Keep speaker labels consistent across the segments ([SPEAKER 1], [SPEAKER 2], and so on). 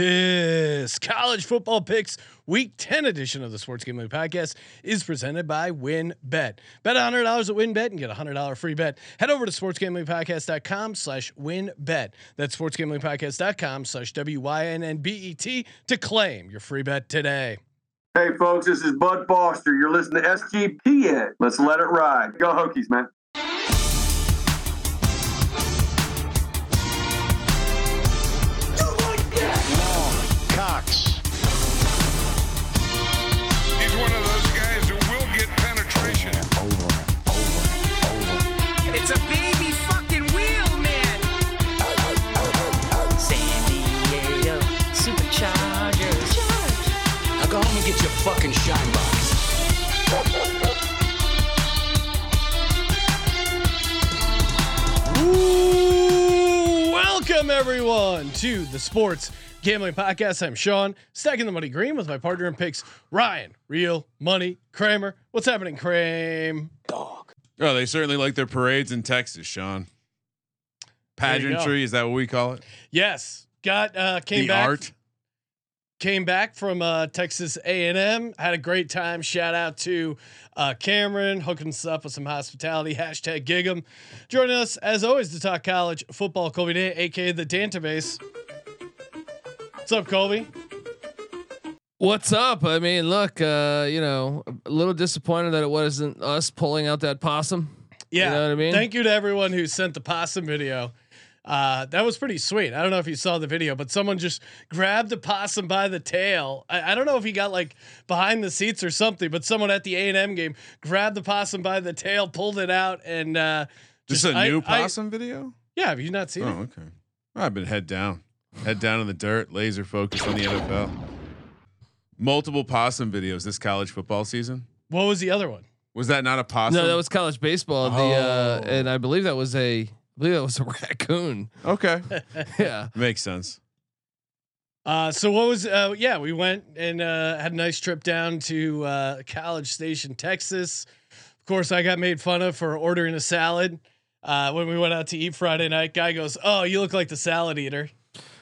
[SPEAKER 1] This college football picks week 10 edition of the Sports Gambling Podcast is presented by WinBet. Bet $100 at WinBet and get a $100 free bet. Head over to sportsgamblingpodcast.com slash winbet. That's sportsgamblingpodcast.com slash W-Y-N-N-B-E-T E to claim your free bet today.
[SPEAKER 2] Hey, folks, this is Bud Foster. You're listening to SGPN. Let's let it ride. Go Hokies, man.
[SPEAKER 3] Cox.
[SPEAKER 4] He's one of those guys who will get penetration.
[SPEAKER 5] It's a baby fucking wheel, man. San Diego Superchargers.
[SPEAKER 6] Now go home and get your fucking shine box.
[SPEAKER 1] Ooh, welcome everyone to the Sports Gambling Podcast. I'm Sean, stacking the money green with my partner in picks, Ryan, real money, Kramer. What's happening, Kramer?
[SPEAKER 7] Oh, they certainly like their parades in Texas, Sean.
[SPEAKER 1] There you go.
[SPEAKER 7] Pageantry, is that what we call it?
[SPEAKER 1] Yes, got uh, came
[SPEAKER 7] the
[SPEAKER 1] back,
[SPEAKER 7] art.
[SPEAKER 1] came back from uh, Texas A&M. Had a great time. Shout out to uh, Cameron hooking us up with some hospitality. Hashtag Gig'em. Joining us as always to talk college football, Colby Day, aka the Dantabase. What's up, Colby?
[SPEAKER 8] What's up? I mean, look, uh, you know, a little disappointed that it wasn't us pulling out that possum.
[SPEAKER 1] Yeah.
[SPEAKER 8] know what I mean?
[SPEAKER 1] Thank you to everyone who sent the possum video. Uh, that was pretty sweet. I don't know if you saw the video, but someone just grabbed a possum by the tail. I, I don't know if he got like behind the seats or something, but someone at the A and M game grabbed the possum by the tail, pulled it out, and uh,
[SPEAKER 7] Just a
[SPEAKER 1] I-
[SPEAKER 7] new
[SPEAKER 1] I-
[SPEAKER 7] possum video?
[SPEAKER 1] yeah, have you not seen
[SPEAKER 7] Oh,
[SPEAKER 1] it?
[SPEAKER 7] okay. I've been head down, head down in the dirt, laser focused on the NFL. Multiple possum videos this college football season.
[SPEAKER 1] What was the other one?
[SPEAKER 7] Was that not a possum?
[SPEAKER 8] No, that was college baseball. The uh,
[SPEAKER 7] Oh.
[SPEAKER 8] and I believe that was a, I believe that was a raccoon.
[SPEAKER 7] okay.
[SPEAKER 8] Yeah,
[SPEAKER 7] Makes sense.
[SPEAKER 1] Uh, so what was? Uh, yeah, we went and uh, had a nice trip down to uh, College Station, Texas. Of course, I got made fun of for ordering a salad uh, when we went out to eat Friday night. Guy goes, "Oh, you look like the salad eater,"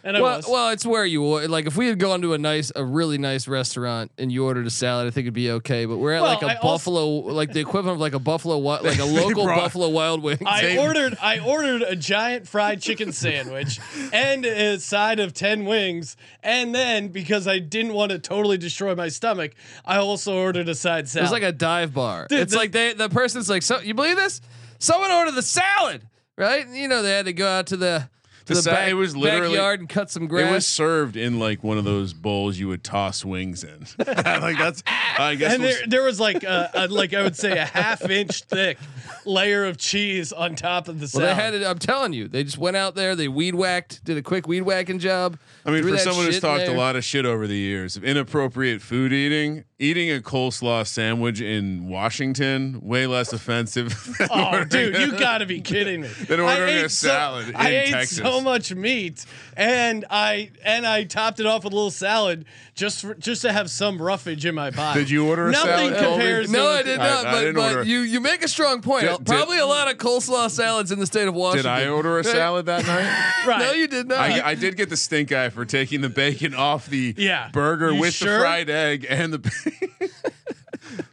[SPEAKER 1] and I
[SPEAKER 8] well,
[SPEAKER 1] was.
[SPEAKER 8] well, it's where you or- like. If we had gone to a nice, a really nice restaurant and you ordered a salad, I think it'd be okay. But we're at
[SPEAKER 1] Well,
[SPEAKER 8] like a
[SPEAKER 1] I also-
[SPEAKER 8] buffalo, like the equivalent of like a buffalo, wi- like a
[SPEAKER 7] They
[SPEAKER 8] local
[SPEAKER 7] brought-
[SPEAKER 8] buffalo wild wings.
[SPEAKER 1] I ordered I ordered a giant fried chicken sandwich and a side of 10 wings and then because I didn't want to totally destroy my stomach I also ordered a side
[SPEAKER 8] It
[SPEAKER 1] salad.
[SPEAKER 8] was like a dive bar.
[SPEAKER 1] Dude,
[SPEAKER 8] it's
[SPEAKER 1] the-
[SPEAKER 8] like they the person's like, so you believe this? Someone ordered the salad, right? You know they had to go out to the to
[SPEAKER 7] The
[SPEAKER 8] the,
[SPEAKER 7] sa-
[SPEAKER 8] back,
[SPEAKER 7] it was literally-
[SPEAKER 8] backyard and cut some grass.
[SPEAKER 7] It was served in like one of those bowls you would toss wings in. like that's, I guess.
[SPEAKER 1] and
[SPEAKER 7] we'll
[SPEAKER 1] there, there was like a, a- like I would say a half inch thick layer of cheese on top of the
[SPEAKER 8] well,
[SPEAKER 1] salad.
[SPEAKER 8] they had it. I'm telling you, they just went out there. They weed whacked, did a quick weed whacking job.
[SPEAKER 7] I mean,
[SPEAKER 8] threw
[SPEAKER 7] for
[SPEAKER 8] that
[SPEAKER 7] someone who's
[SPEAKER 8] shit in
[SPEAKER 7] talked a
[SPEAKER 8] there.
[SPEAKER 7] lot of shit over the years, of inappropriate food eating, eating a coleslaw sandwich in Washington, way less offensive. than
[SPEAKER 1] Oh,
[SPEAKER 7] ordering-
[SPEAKER 1] dude, you gotta be kidding me!
[SPEAKER 7] Then
[SPEAKER 1] I
[SPEAKER 7] ordering a
[SPEAKER 1] ate
[SPEAKER 7] salad
[SPEAKER 1] So,
[SPEAKER 7] in
[SPEAKER 1] I ate
[SPEAKER 7] Texas.
[SPEAKER 1] so much meat, and I and I topped it off with a little salad just for, just to have some roughage in my body.
[SPEAKER 7] Did you order a
[SPEAKER 1] Nothing
[SPEAKER 7] salad, Colby?
[SPEAKER 1] compares.
[SPEAKER 8] No,
[SPEAKER 1] to
[SPEAKER 8] I did
[SPEAKER 7] I-
[SPEAKER 8] not.
[SPEAKER 7] I
[SPEAKER 8] but
[SPEAKER 7] didn't
[SPEAKER 8] but
[SPEAKER 7] order-
[SPEAKER 8] you you make a strong point.
[SPEAKER 7] Did- did-
[SPEAKER 8] Probably a lot of coleslaw salads in the state of
[SPEAKER 7] Did
[SPEAKER 8] Washington.
[SPEAKER 7] I order a
[SPEAKER 8] Right?
[SPEAKER 7] salad that night?
[SPEAKER 1] Right.
[SPEAKER 8] No, you did not.
[SPEAKER 7] I, I did get the stink eye for taking the bacon off the
[SPEAKER 1] Yeah.
[SPEAKER 7] burger
[SPEAKER 1] You
[SPEAKER 7] with
[SPEAKER 1] sure?
[SPEAKER 7] the fried egg and the.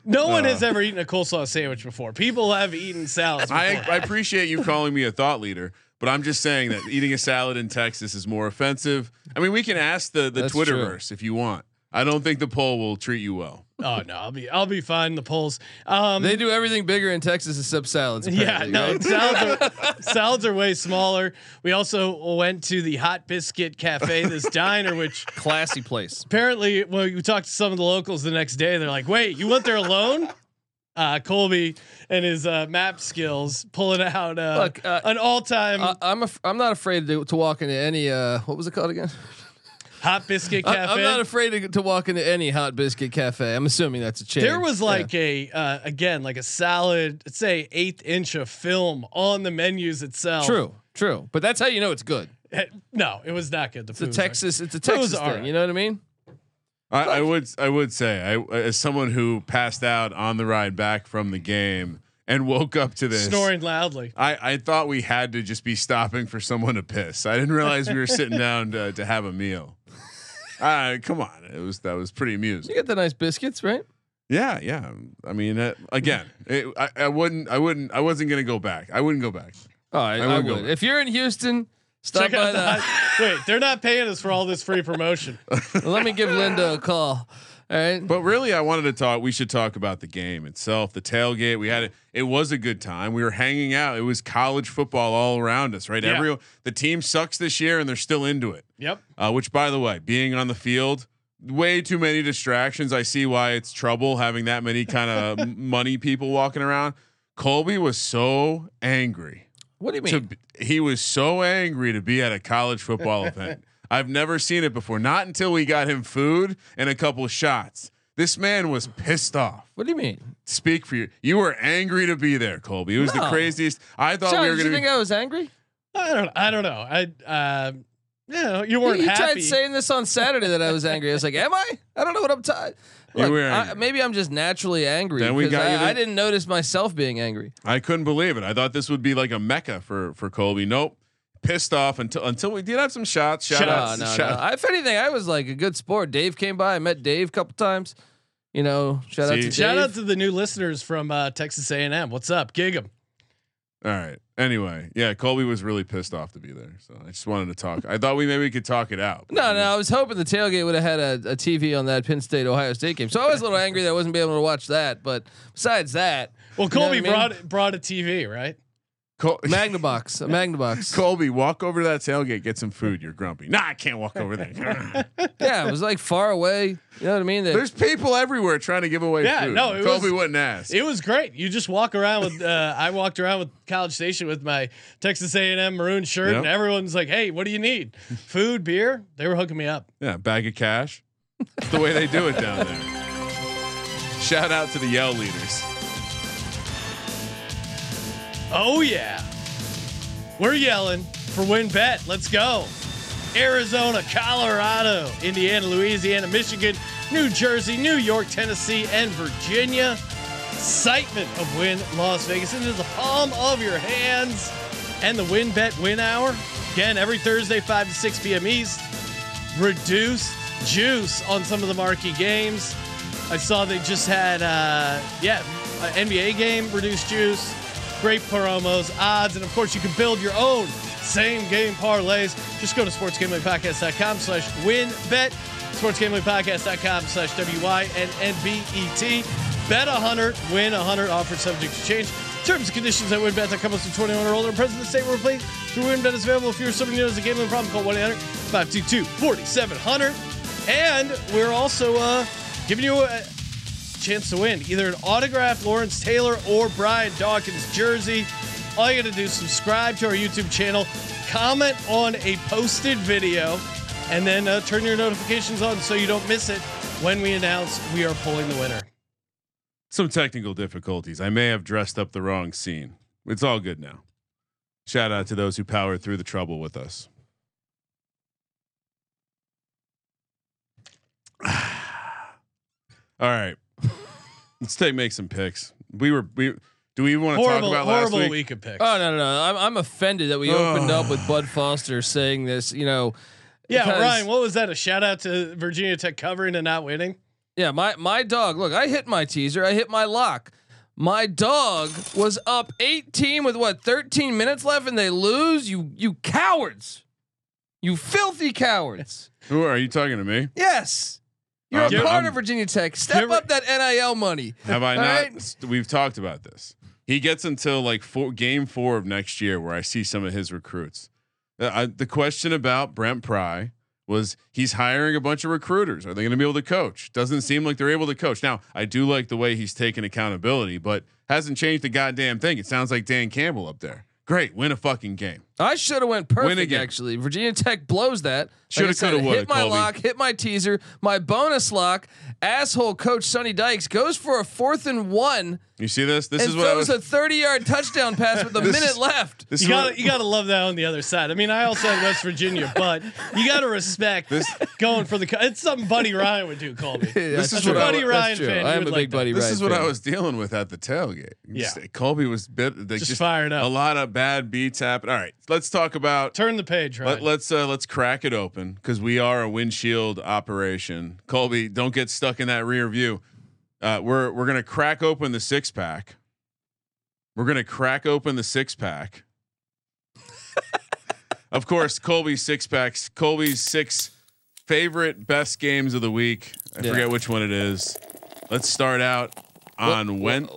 [SPEAKER 1] No one has ever eaten a coleslaw sandwich before. People have eaten salads. Before.
[SPEAKER 7] I, I appreciate you calling me a thought leader, but I'm just saying that eating a salad in Texas is more offensive. I mean, we can ask the the
[SPEAKER 8] That's true.
[SPEAKER 7] Twitterverse if you want. I don't think the poll will treat you well.
[SPEAKER 1] oh no, I'll be I'll be fine. in The polls. Um,
[SPEAKER 8] They do everything bigger in Texas except salads.
[SPEAKER 1] Yeah,
[SPEAKER 8] apparently,
[SPEAKER 1] no,
[SPEAKER 8] right?
[SPEAKER 1] salads are, salads are way smaller. We also went to the Hot Biscuit Cafe, this diner, which
[SPEAKER 8] classy place.
[SPEAKER 1] apparently, when you talked to some of the locals the next day, they're like, "Wait, you went there alone?" Uh, Colby and his uh, map skills pulling out uh,
[SPEAKER 8] Look, uh,
[SPEAKER 1] an all-time
[SPEAKER 8] I, I'm af- I'm not afraid to, to walk into any uh what was it called again?
[SPEAKER 1] Hot Biscuit
[SPEAKER 8] I,
[SPEAKER 1] Cafe.
[SPEAKER 8] am not afraid to, to walk into any hot biscuit cafe. I'm assuming that's a chain.
[SPEAKER 1] There was like a uh, again like a solid, let's say eighth inch of film on the menus itself.
[SPEAKER 8] yeah. true, true, but that's how you know it's good.
[SPEAKER 1] Eh, No, it was not good. The
[SPEAKER 8] It's a
[SPEAKER 1] food was
[SPEAKER 8] Texas, it's a
[SPEAKER 1] Those
[SPEAKER 8] Texas
[SPEAKER 1] are-
[SPEAKER 8] thing. You know what I mean?
[SPEAKER 7] I, I would I would say I as someone who passed out on the ride back from the game and woke up to
[SPEAKER 1] like-
[SPEAKER 7] this
[SPEAKER 1] snoring loudly.
[SPEAKER 7] I, I thought we had to just be stopping for someone to piss. I didn't realize we were sitting down to, to have a meal. Uh, come on, it was that was pretty amusing.
[SPEAKER 8] You got the nice biscuits, right?
[SPEAKER 7] Yeah, yeah. I mean, uh, again, it, I, I wouldn't, I wouldn't, I wasn't gonna go back. I wouldn't go back.
[SPEAKER 8] All right,
[SPEAKER 7] I
[SPEAKER 8] I,
[SPEAKER 7] will
[SPEAKER 8] would.
[SPEAKER 7] go with it.
[SPEAKER 8] If you're in Houston, stop by the.
[SPEAKER 1] hot- Wait, they're not paying us for all this free promotion.
[SPEAKER 8] Let me give Linda a call. All right.
[SPEAKER 7] But really, I wanted to talk. We should talk about the game itself, the tailgate. We had it. It was a good time. We were hanging out. It was college football all around us, right?
[SPEAKER 1] Yeah.
[SPEAKER 7] Every the team sucks this year, and they're still into it.
[SPEAKER 1] Yep.
[SPEAKER 7] Uh, which, by the way, being on the field, way too many distractions. I see why it's trouble having that many kind of money people walking around. Colby was so angry.
[SPEAKER 8] what do you mean?
[SPEAKER 7] to b- he was so angry to be at a college football event. I've never seen it before. Not until we got him food and a couple shots. This man was pissed off.
[SPEAKER 8] what do you mean?
[SPEAKER 7] Speak for you. You were angry to be there, Colby. It was the
[SPEAKER 8] No.
[SPEAKER 7] craziest. I thought
[SPEAKER 8] John,
[SPEAKER 7] we were
[SPEAKER 8] did you
[SPEAKER 7] going to.
[SPEAKER 8] think
[SPEAKER 7] Be,
[SPEAKER 8] I was angry?
[SPEAKER 1] I don't. I don't know. I. um you know, you weren't
[SPEAKER 8] You
[SPEAKER 1] happy.
[SPEAKER 8] tried saying this on Saturday that I was angry. I was like, "Am I? I don't know what I'm talking."
[SPEAKER 7] You
[SPEAKER 8] Look,
[SPEAKER 7] were
[SPEAKER 8] I,
[SPEAKER 7] angry.
[SPEAKER 8] maybe I'm just naturally angry.
[SPEAKER 7] Then we
[SPEAKER 8] because
[SPEAKER 7] got you
[SPEAKER 8] I,
[SPEAKER 7] the-
[SPEAKER 8] I didn't notice myself being angry.
[SPEAKER 7] I couldn't believe it. I thought this would be like a mecca for for Colby. Nope. Pissed off until until we did have some shots. Shout
[SPEAKER 1] Shots.
[SPEAKER 7] outs.
[SPEAKER 8] no, no,
[SPEAKER 7] shout-
[SPEAKER 8] no. I, if anything, I was like a good sport. Dave came by. I met Dave a couple times. You know, shout out
[SPEAKER 7] See?
[SPEAKER 8] to
[SPEAKER 1] Shout
[SPEAKER 8] Dave.
[SPEAKER 1] out to the new listeners from uh, Texas A&M. What's up, Gig'em?
[SPEAKER 7] All right. Anyway, yeah, Colby was really pissed off to be there. So I just wanted to talk. I thought we maybe could talk it out.
[SPEAKER 8] No, no, I was hoping the tailgate would have had a, a TV on that Penn State Ohio State game. So I was a little angry that I wasn't be able to watch that. But besides that,
[SPEAKER 1] Well,
[SPEAKER 8] you know what
[SPEAKER 1] Colby
[SPEAKER 8] I mean?
[SPEAKER 1] brought brought a TV, right?
[SPEAKER 7] Col-
[SPEAKER 8] Magnabox, a Magnabox.
[SPEAKER 7] Colby, walk over to that tailgate, get some food. You're grumpy. Nah, I can't walk over there.
[SPEAKER 8] Yeah, it was like far away. You know what I mean? That-
[SPEAKER 7] There's people everywhere trying to give away
[SPEAKER 1] Yeah,
[SPEAKER 7] food.
[SPEAKER 1] no, it
[SPEAKER 7] Colby
[SPEAKER 1] was-
[SPEAKER 7] wouldn't ask.
[SPEAKER 1] It was great. You just walk around with. Uh, I walked around with College Station with my Texas A&M maroon shirt, and
[SPEAKER 7] Yep.
[SPEAKER 1] everyone's like, "Hey, what do you need? Food, beer?" They were hooking me up.
[SPEAKER 7] yeah, bag of cash. That's the way they do it down there. Shout out to the yell leaders.
[SPEAKER 1] Oh yeah, we're yelling for win bet. Let's go. Arizona, Colorado, Indiana, Louisiana, Michigan, New Jersey, New York, Tennessee, and Virginia. Excitement of win Las Vegas into the palm of your hands, and the win bet win hour again every Thursday five to six p.m. East. Reduced juice on some of the marquee games. I saw they just had uh, yeah a NBA game reduced juice, great promos, odds, and of course you can build your own same game parlays. Just go to sportsgamblingpodcast.com slash win bet, sportsgamblingpodcast.com slash WYNNBET. E Bet 100, win 100, offer subject to change. Terms and conditions at winbet.com must be 21 or older. Present in the state where played through winbet is available. If you're somebody who knows a gambling problem, call 1-800-522-4700. And we're also uh, giving you a, chance to win either an autographed Lawrence Taylor or Brian Dawkins jersey. All you got to do is subscribe to our YouTube channel, comment on a posted video, and then uh, turn your notifications on so you don't miss it when we announce we are pulling the winner.
[SPEAKER 7] Some technical difficulties. I may have dressed up the wrong scene. It's all good now. Shout out to those who powered through the trouble with us. all right. Let's take make some picks. We were we do we even want to talk
[SPEAKER 1] Horrible,
[SPEAKER 7] about
[SPEAKER 1] horrible
[SPEAKER 7] last
[SPEAKER 1] week.
[SPEAKER 7] week?
[SPEAKER 1] of picks.
[SPEAKER 8] oh no, no, no. I'm, I'm offended that we opened up with Bud Foster saying this. You know,
[SPEAKER 1] yeah,
[SPEAKER 8] because-
[SPEAKER 1] Ryan, what was that? A shout out to Virginia Tech covering and not winning.
[SPEAKER 8] Yeah, my my dog. Look, I hit my teaser. I hit my lock. My dog was up 18 with what 13 minutes left, and they lose. You you cowards. You filthy cowards.
[SPEAKER 7] Who are you talking to me?
[SPEAKER 8] Yes. You're
[SPEAKER 7] I'm-
[SPEAKER 8] a part
[SPEAKER 7] I'm-
[SPEAKER 8] of Virginia Tech. Step
[SPEAKER 1] Give-
[SPEAKER 8] up that NIL money.
[SPEAKER 7] Have I
[SPEAKER 8] All
[SPEAKER 7] not?
[SPEAKER 8] right.
[SPEAKER 7] s- We've talked about this. He gets until like four, game four of next year, where I see some of his recruits. Uh, I, the question about Brent Pry was he's hiring a bunch of recruiters. Are they going to be able to coach? Doesn't seem like they're able to coach. Now, I do like the way he's taken accountability, but hasn't changed a goddamn thing. It sounds like Dan Campbell up there. Great, win a fucking game.
[SPEAKER 8] I should have went perfect.
[SPEAKER 7] again.
[SPEAKER 8] Actually, Virginia Tech blows that. Like
[SPEAKER 7] Shoulda,
[SPEAKER 8] I said,
[SPEAKER 7] coulda, woulda,
[SPEAKER 8] Hit my
[SPEAKER 7] Colby.
[SPEAKER 8] lock. Hit my teaser. My bonus lock. Asshole coach Sonny Dykes goes for a fourth and one
[SPEAKER 7] You see this? This
[SPEAKER 8] and
[SPEAKER 7] is what I
[SPEAKER 8] throws
[SPEAKER 7] was.
[SPEAKER 8] a thirty-yard touchdown pass with a
[SPEAKER 7] This
[SPEAKER 8] minute
[SPEAKER 7] is-
[SPEAKER 8] left.
[SPEAKER 7] this
[SPEAKER 1] You
[SPEAKER 7] is what-
[SPEAKER 1] got you got to love that on the other side. I mean, I also had West Virginia, but you got to respect going for the. co- It's something Buddy Ryan would do, Colby.
[SPEAKER 8] This
[SPEAKER 7] is
[SPEAKER 1] a
[SPEAKER 7] what I-
[SPEAKER 1] Buddy
[SPEAKER 8] that's
[SPEAKER 1] Ryan
[SPEAKER 8] true.
[SPEAKER 1] fan.
[SPEAKER 8] I
[SPEAKER 1] He
[SPEAKER 8] am
[SPEAKER 1] would
[SPEAKER 8] a
[SPEAKER 1] like
[SPEAKER 8] big
[SPEAKER 1] that.
[SPEAKER 8] Buddy
[SPEAKER 7] This
[SPEAKER 8] Ryan
[SPEAKER 7] is what
[SPEAKER 8] fan.
[SPEAKER 7] I was dealing with at the tailgate.
[SPEAKER 1] Yeah.
[SPEAKER 7] Just- Colby was bit, they
[SPEAKER 1] Just
[SPEAKER 7] just,
[SPEAKER 1] fired up.
[SPEAKER 7] A lot of bad beats happened. All right, let's talk about
[SPEAKER 1] Turn the page, right?
[SPEAKER 7] let, let's uh, let's crack it open because we are a windshield operation. Colby, don't get stuck in that rear view. Uh, we're we're gonna crack open the six pack. We're gonna crack open the six pack. of course, Colby's six packs. Colby's six favorite best games of the week. I
[SPEAKER 8] Yeah.
[SPEAKER 7] forget which one it is. Let's start out on when.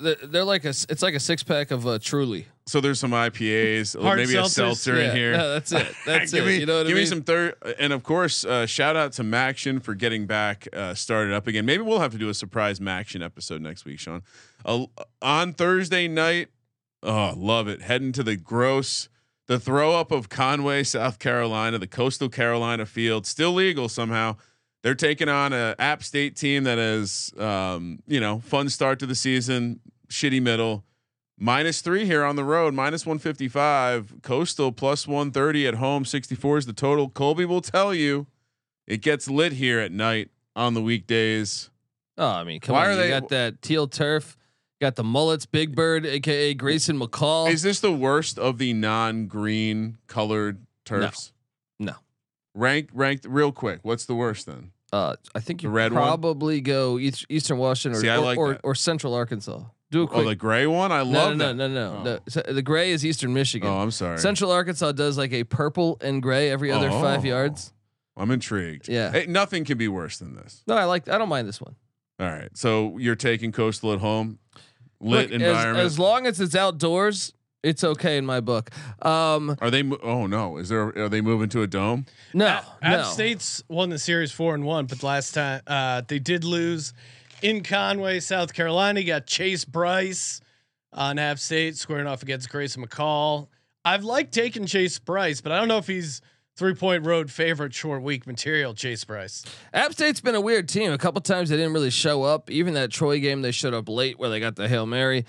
[SPEAKER 8] They're- They're like a. s- It's like a six pack of uh, Truly.
[SPEAKER 7] So there's some IPAs,
[SPEAKER 1] Hard
[SPEAKER 7] maybe a
[SPEAKER 1] seltzers,
[SPEAKER 7] seltzer
[SPEAKER 8] Yeah,
[SPEAKER 7] in here.
[SPEAKER 8] no, that's it. That's
[SPEAKER 7] give
[SPEAKER 8] it.
[SPEAKER 7] Me,
[SPEAKER 8] you know what
[SPEAKER 7] give
[SPEAKER 8] I
[SPEAKER 7] me
[SPEAKER 8] mean?
[SPEAKER 7] some third, and of course, uh, shout out to Maction for getting back uh, started up again. Maybe we'll have to do a surprise Maction episode next week, Sean. Uh, on Thursday night, oh, love it. Heading to the gross, the throw up of Conway, South Carolina, the Coastal Carolina field, still legal somehow. They're taking on a App State team that is, um, you know, fun start to the season, shitty middle minus three here on the road, minus 155. Coastal plus 130 at home, 64 is the total. Colby will tell you it gets lit here at night on the weekdays.
[SPEAKER 8] Oh, I mean, come
[SPEAKER 7] Why
[SPEAKER 8] on.
[SPEAKER 7] are
[SPEAKER 8] you
[SPEAKER 7] they-
[SPEAKER 8] got that teal turf. Got the mullets, Big Bird, aka Grayson McCall.
[SPEAKER 7] Is this the worst of the non green colored turfs?
[SPEAKER 8] No.
[SPEAKER 7] Rank, ranked real quick. What's the worst then?
[SPEAKER 8] uh, I think you
[SPEAKER 7] The red one?
[SPEAKER 8] probably go East, Eastern Washington or,
[SPEAKER 7] See, I
[SPEAKER 8] or,
[SPEAKER 7] like
[SPEAKER 8] or,
[SPEAKER 7] that.
[SPEAKER 8] or Central Arkansas. Do a quick.
[SPEAKER 7] Oh, the gray one? I
[SPEAKER 8] no,
[SPEAKER 7] love
[SPEAKER 8] no,
[SPEAKER 7] that.
[SPEAKER 8] no, no, no,
[SPEAKER 7] Oh.
[SPEAKER 8] no. So the gray is Eastern Michigan.
[SPEAKER 7] Oh, I'm sorry.
[SPEAKER 8] Central Arkansas does like a purple and gray every other
[SPEAKER 7] Oh.
[SPEAKER 8] five yards.
[SPEAKER 7] I'm intrigued.
[SPEAKER 8] Yeah.
[SPEAKER 7] Hey, nothing can be worse than this.
[SPEAKER 8] No, I like. I don't mind this one.
[SPEAKER 7] All right. So you're taking coastal at home, lit
[SPEAKER 8] Look, as-
[SPEAKER 7] environment.
[SPEAKER 8] As, long as it's outdoors, it's okay in my book. Um,
[SPEAKER 7] Are they? mo- Oh no! Is there? Are they moving to a dome?
[SPEAKER 8] no,
[SPEAKER 1] App
[SPEAKER 8] no.
[SPEAKER 1] State's won the series four and one, but last time uh, they did lose in Conway, South Carolina. You got Chase Bryce on App State squaring off against Grayson McCall. I've liked taking Chase Bryce, but I don't know if he's three point road favorite short week material. Chase Bryce.
[SPEAKER 8] App State's been a weird team. A couple times they didn't really show up. Even that Troy game, they showed up late where they got the hail mary.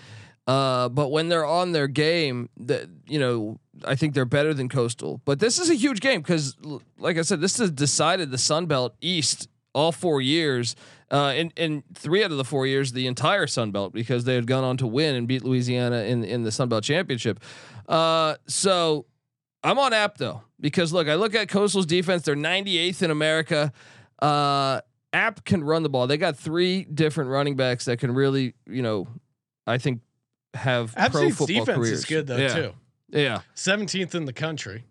[SPEAKER 8] Uh, but when they're on their game, that you know, I think they're better than Coastal. But this is a huge game because, like I said, this has decided the Sun Belt East all four years. Uh, in in three out of the four years, the entire Sun Belt because they had gone on to win and beat Louisiana in in the Sun Belt Championship. Uh, so I'm on app though because look, I look at Coastal's defense; they're 98th in America. Uh, app can run the ball. They got three different running backs that can really, you know, I think have
[SPEAKER 1] App
[SPEAKER 8] pro
[SPEAKER 1] State's
[SPEAKER 8] football
[SPEAKER 1] defense
[SPEAKER 8] careers.
[SPEAKER 1] is good though
[SPEAKER 8] yeah.
[SPEAKER 1] too.
[SPEAKER 8] Yeah,
[SPEAKER 1] Seventeenth in the country.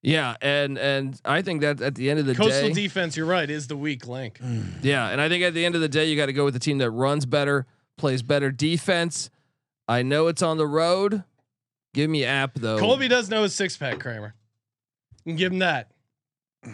[SPEAKER 8] yeah, and and I think that at the end of the
[SPEAKER 1] Coastal
[SPEAKER 8] day, Mm.
[SPEAKER 1] defense, you're right, is the weak link.
[SPEAKER 8] yeah, and I think at the end of the day, you got to go with the team that runs better, plays better defense. I know it's on the road. Give me app though.
[SPEAKER 1] Colby does know his six pack, Kramer. You can give him that.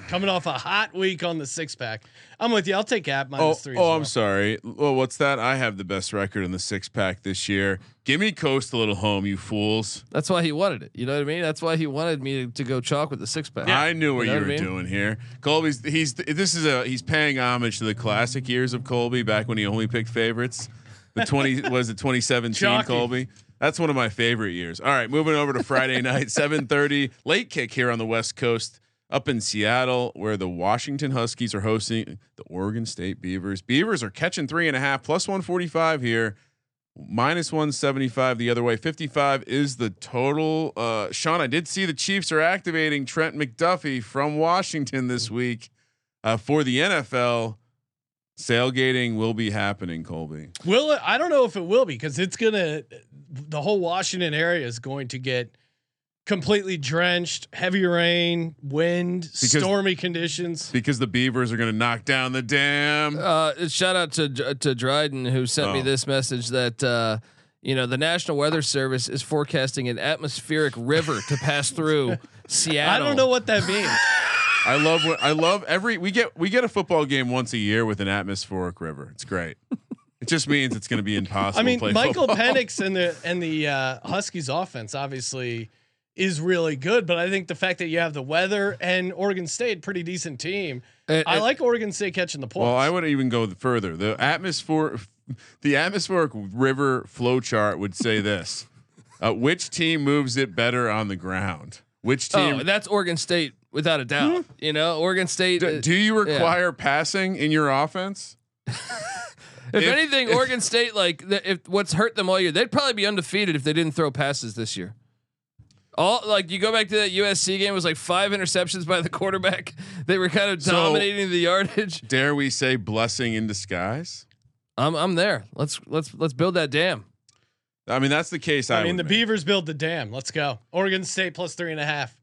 [SPEAKER 1] Coming off a hot week on the six pack, I'm with you. I'll take App
[SPEAKER 7] Oh,
[SPEAKER 1] minus three. as
[SPEAKER 7] oh,
[SPEAKER 1] well.
[SPEAKER 7] I'm sorry. Well, what's that? I have the best record in the six pack this year. Give me coast a little home, you fools.
[SPEAKER 8] That's why he wanted it. You know what I mean? That's why he wanted me to, to go chalk with the six pack.
[SPEAKER 7] I knew what you,
[SPEAKER 8] You know what
[SPEAKER 7] were
[SPEAKER 8] I mean?
[SPEAKER 7] doing here. Colby's he's this is a he's paying homage to the classic years of Colby back when he only picked favorites. The 20 was the 2017
[SPEAKER 1] Shocking.
[SPEAKER 7] Colby. That's one of my favorite years. All right, moving over to Friday night, 7:30 late kick here on the West Coast up in Seattle, where the Washington Huskies are hosting the Oregon State Beavers. Beavers are catching three and a half, plus 145 here, minus 175 the other way. 55 is the total. Uh, Sean, I did see the Chiefs are activating Trent McDuffie from Washington this week uh, for the NFL. Sailgating will be happening, Colby.
[SPEAKER 1] Will it? I don't know if it will be because it's gonna. The whole Washington area is going to get completely drenched, heavy rain, wind,
[SPEAKER 7] Because-
[SPEAKER 1] stormy conditions.
[SPEAKER 7] because the Beavers are going to knock down the dam.
[SPEAKER 8] Uh, shout out to to Dryden who sent me
[SPEAKER 7] Oh.
[SPEAKER 8] this message that uh, you know the National Weather Service is forecasting an atmospheric river to pass through Seattle.
[SPEAKER 1] I don't know what that means.
[SPEAKER 7] I love what I love every we get we get a football game once a year with an atmospheric river. It's great. It just means it's going to be impossible.
[SPEAKER 1] I mean,
[SPEAKER 7] to play
[SPEAKER 1] Michael
[SPEAKER 7] football.
[SPEAKER 1] Penix and the and the uh, Huskies offense obviously is really good, but I think the fact that you have the weather and Oregon State, pretty decent team.
[SPEAKER 8] It-
[SPEAKER 1] I
[SPEAKER 8] it-
[SPEAKER 1] like Oregon State catching the points.
[SPEAKER 7] Well, I would even go further. The atmosphere, the atmospheric river flow chart would say this: uh, which team moves it better on the ground? Which team?
[SPEAKER 8] Oh, that's Oregon State without a doubt. You know, Oregon State.
[SPEAKER 7] do,
[SPEAKER 8] uh,
[SPEAKER 7] do you
[SPEAKER 8] yeah.
[SPEAKER 7] require passing in your offense?
[SPEAKER 8] if,
[SPEAKER 7] if-
[SPEAKER 8] anything,
[SPEAKER 7] if-
[SPEAKER 8] Oregon State like th- if what's hurt them all year, they'd probably be undefeated if they didn't throw passes this year. All like you go back to that USC game it was like five interceptions by the quarterback. They were kind of
[SPEAKER 7] So-
[SPEAKER 8] dominating the yardage.
[SPEAKER 7] Dare we say blessing in disguise?
[SPEAKER 8] I'm I'm there. Let's let's let's build that dam.
[SPEAKER 7] I mean, that's the case. I,
[SPEAKER 1] I mean, the
[SPEAKER 7] would make.
[SPEAKER 1] Beavers build the dam. Let's go. Oregon State plus three and a half.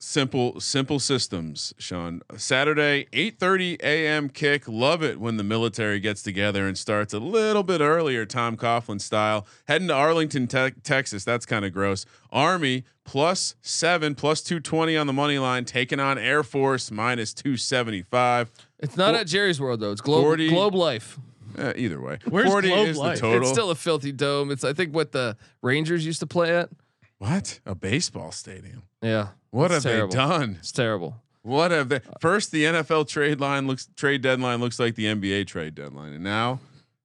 [SPEAKER 7] simple simple systems sean saturday 8.30 a.m kick love it when the military gets together and starts a little bit earlier tom coughlin style heading to arlington Te- texas that's kind of gross army plus seven plus 220 on the money line taking on air force minus 275
[SPEAKER 8] It's not at Jerry's World though. It's Globe
[SPEAKER 7] 40
[SPEAKER 8] Globe Life.
[SPEAKER 7] Uh, either way
[SPEAKER 1] Where's
[SPEAKER 7] 40
[SPEAKER 1] Globe
[SPEAKER 7] is
[SPEAKER 1] Life?
[SPEAKER 7] the total
[SPEAKER 8] It's still a filthy dome. It's I think what the Rangers used to play at.
[SPEAKER 7] what a baseball stadium
[SPEAKER 8] Yeah.
[SPEAKER 7] what
[SPEAKER 8] It's
[SPEAKER 7] have
[SPEAKER 8] terrible.
[SPEAKER 7] they done
[SPEAKER 8] It's terrible.
[SPEAKER 7] What have they? First, the NFL trade line looks trade deadline looks like the NBA trade deadline, and now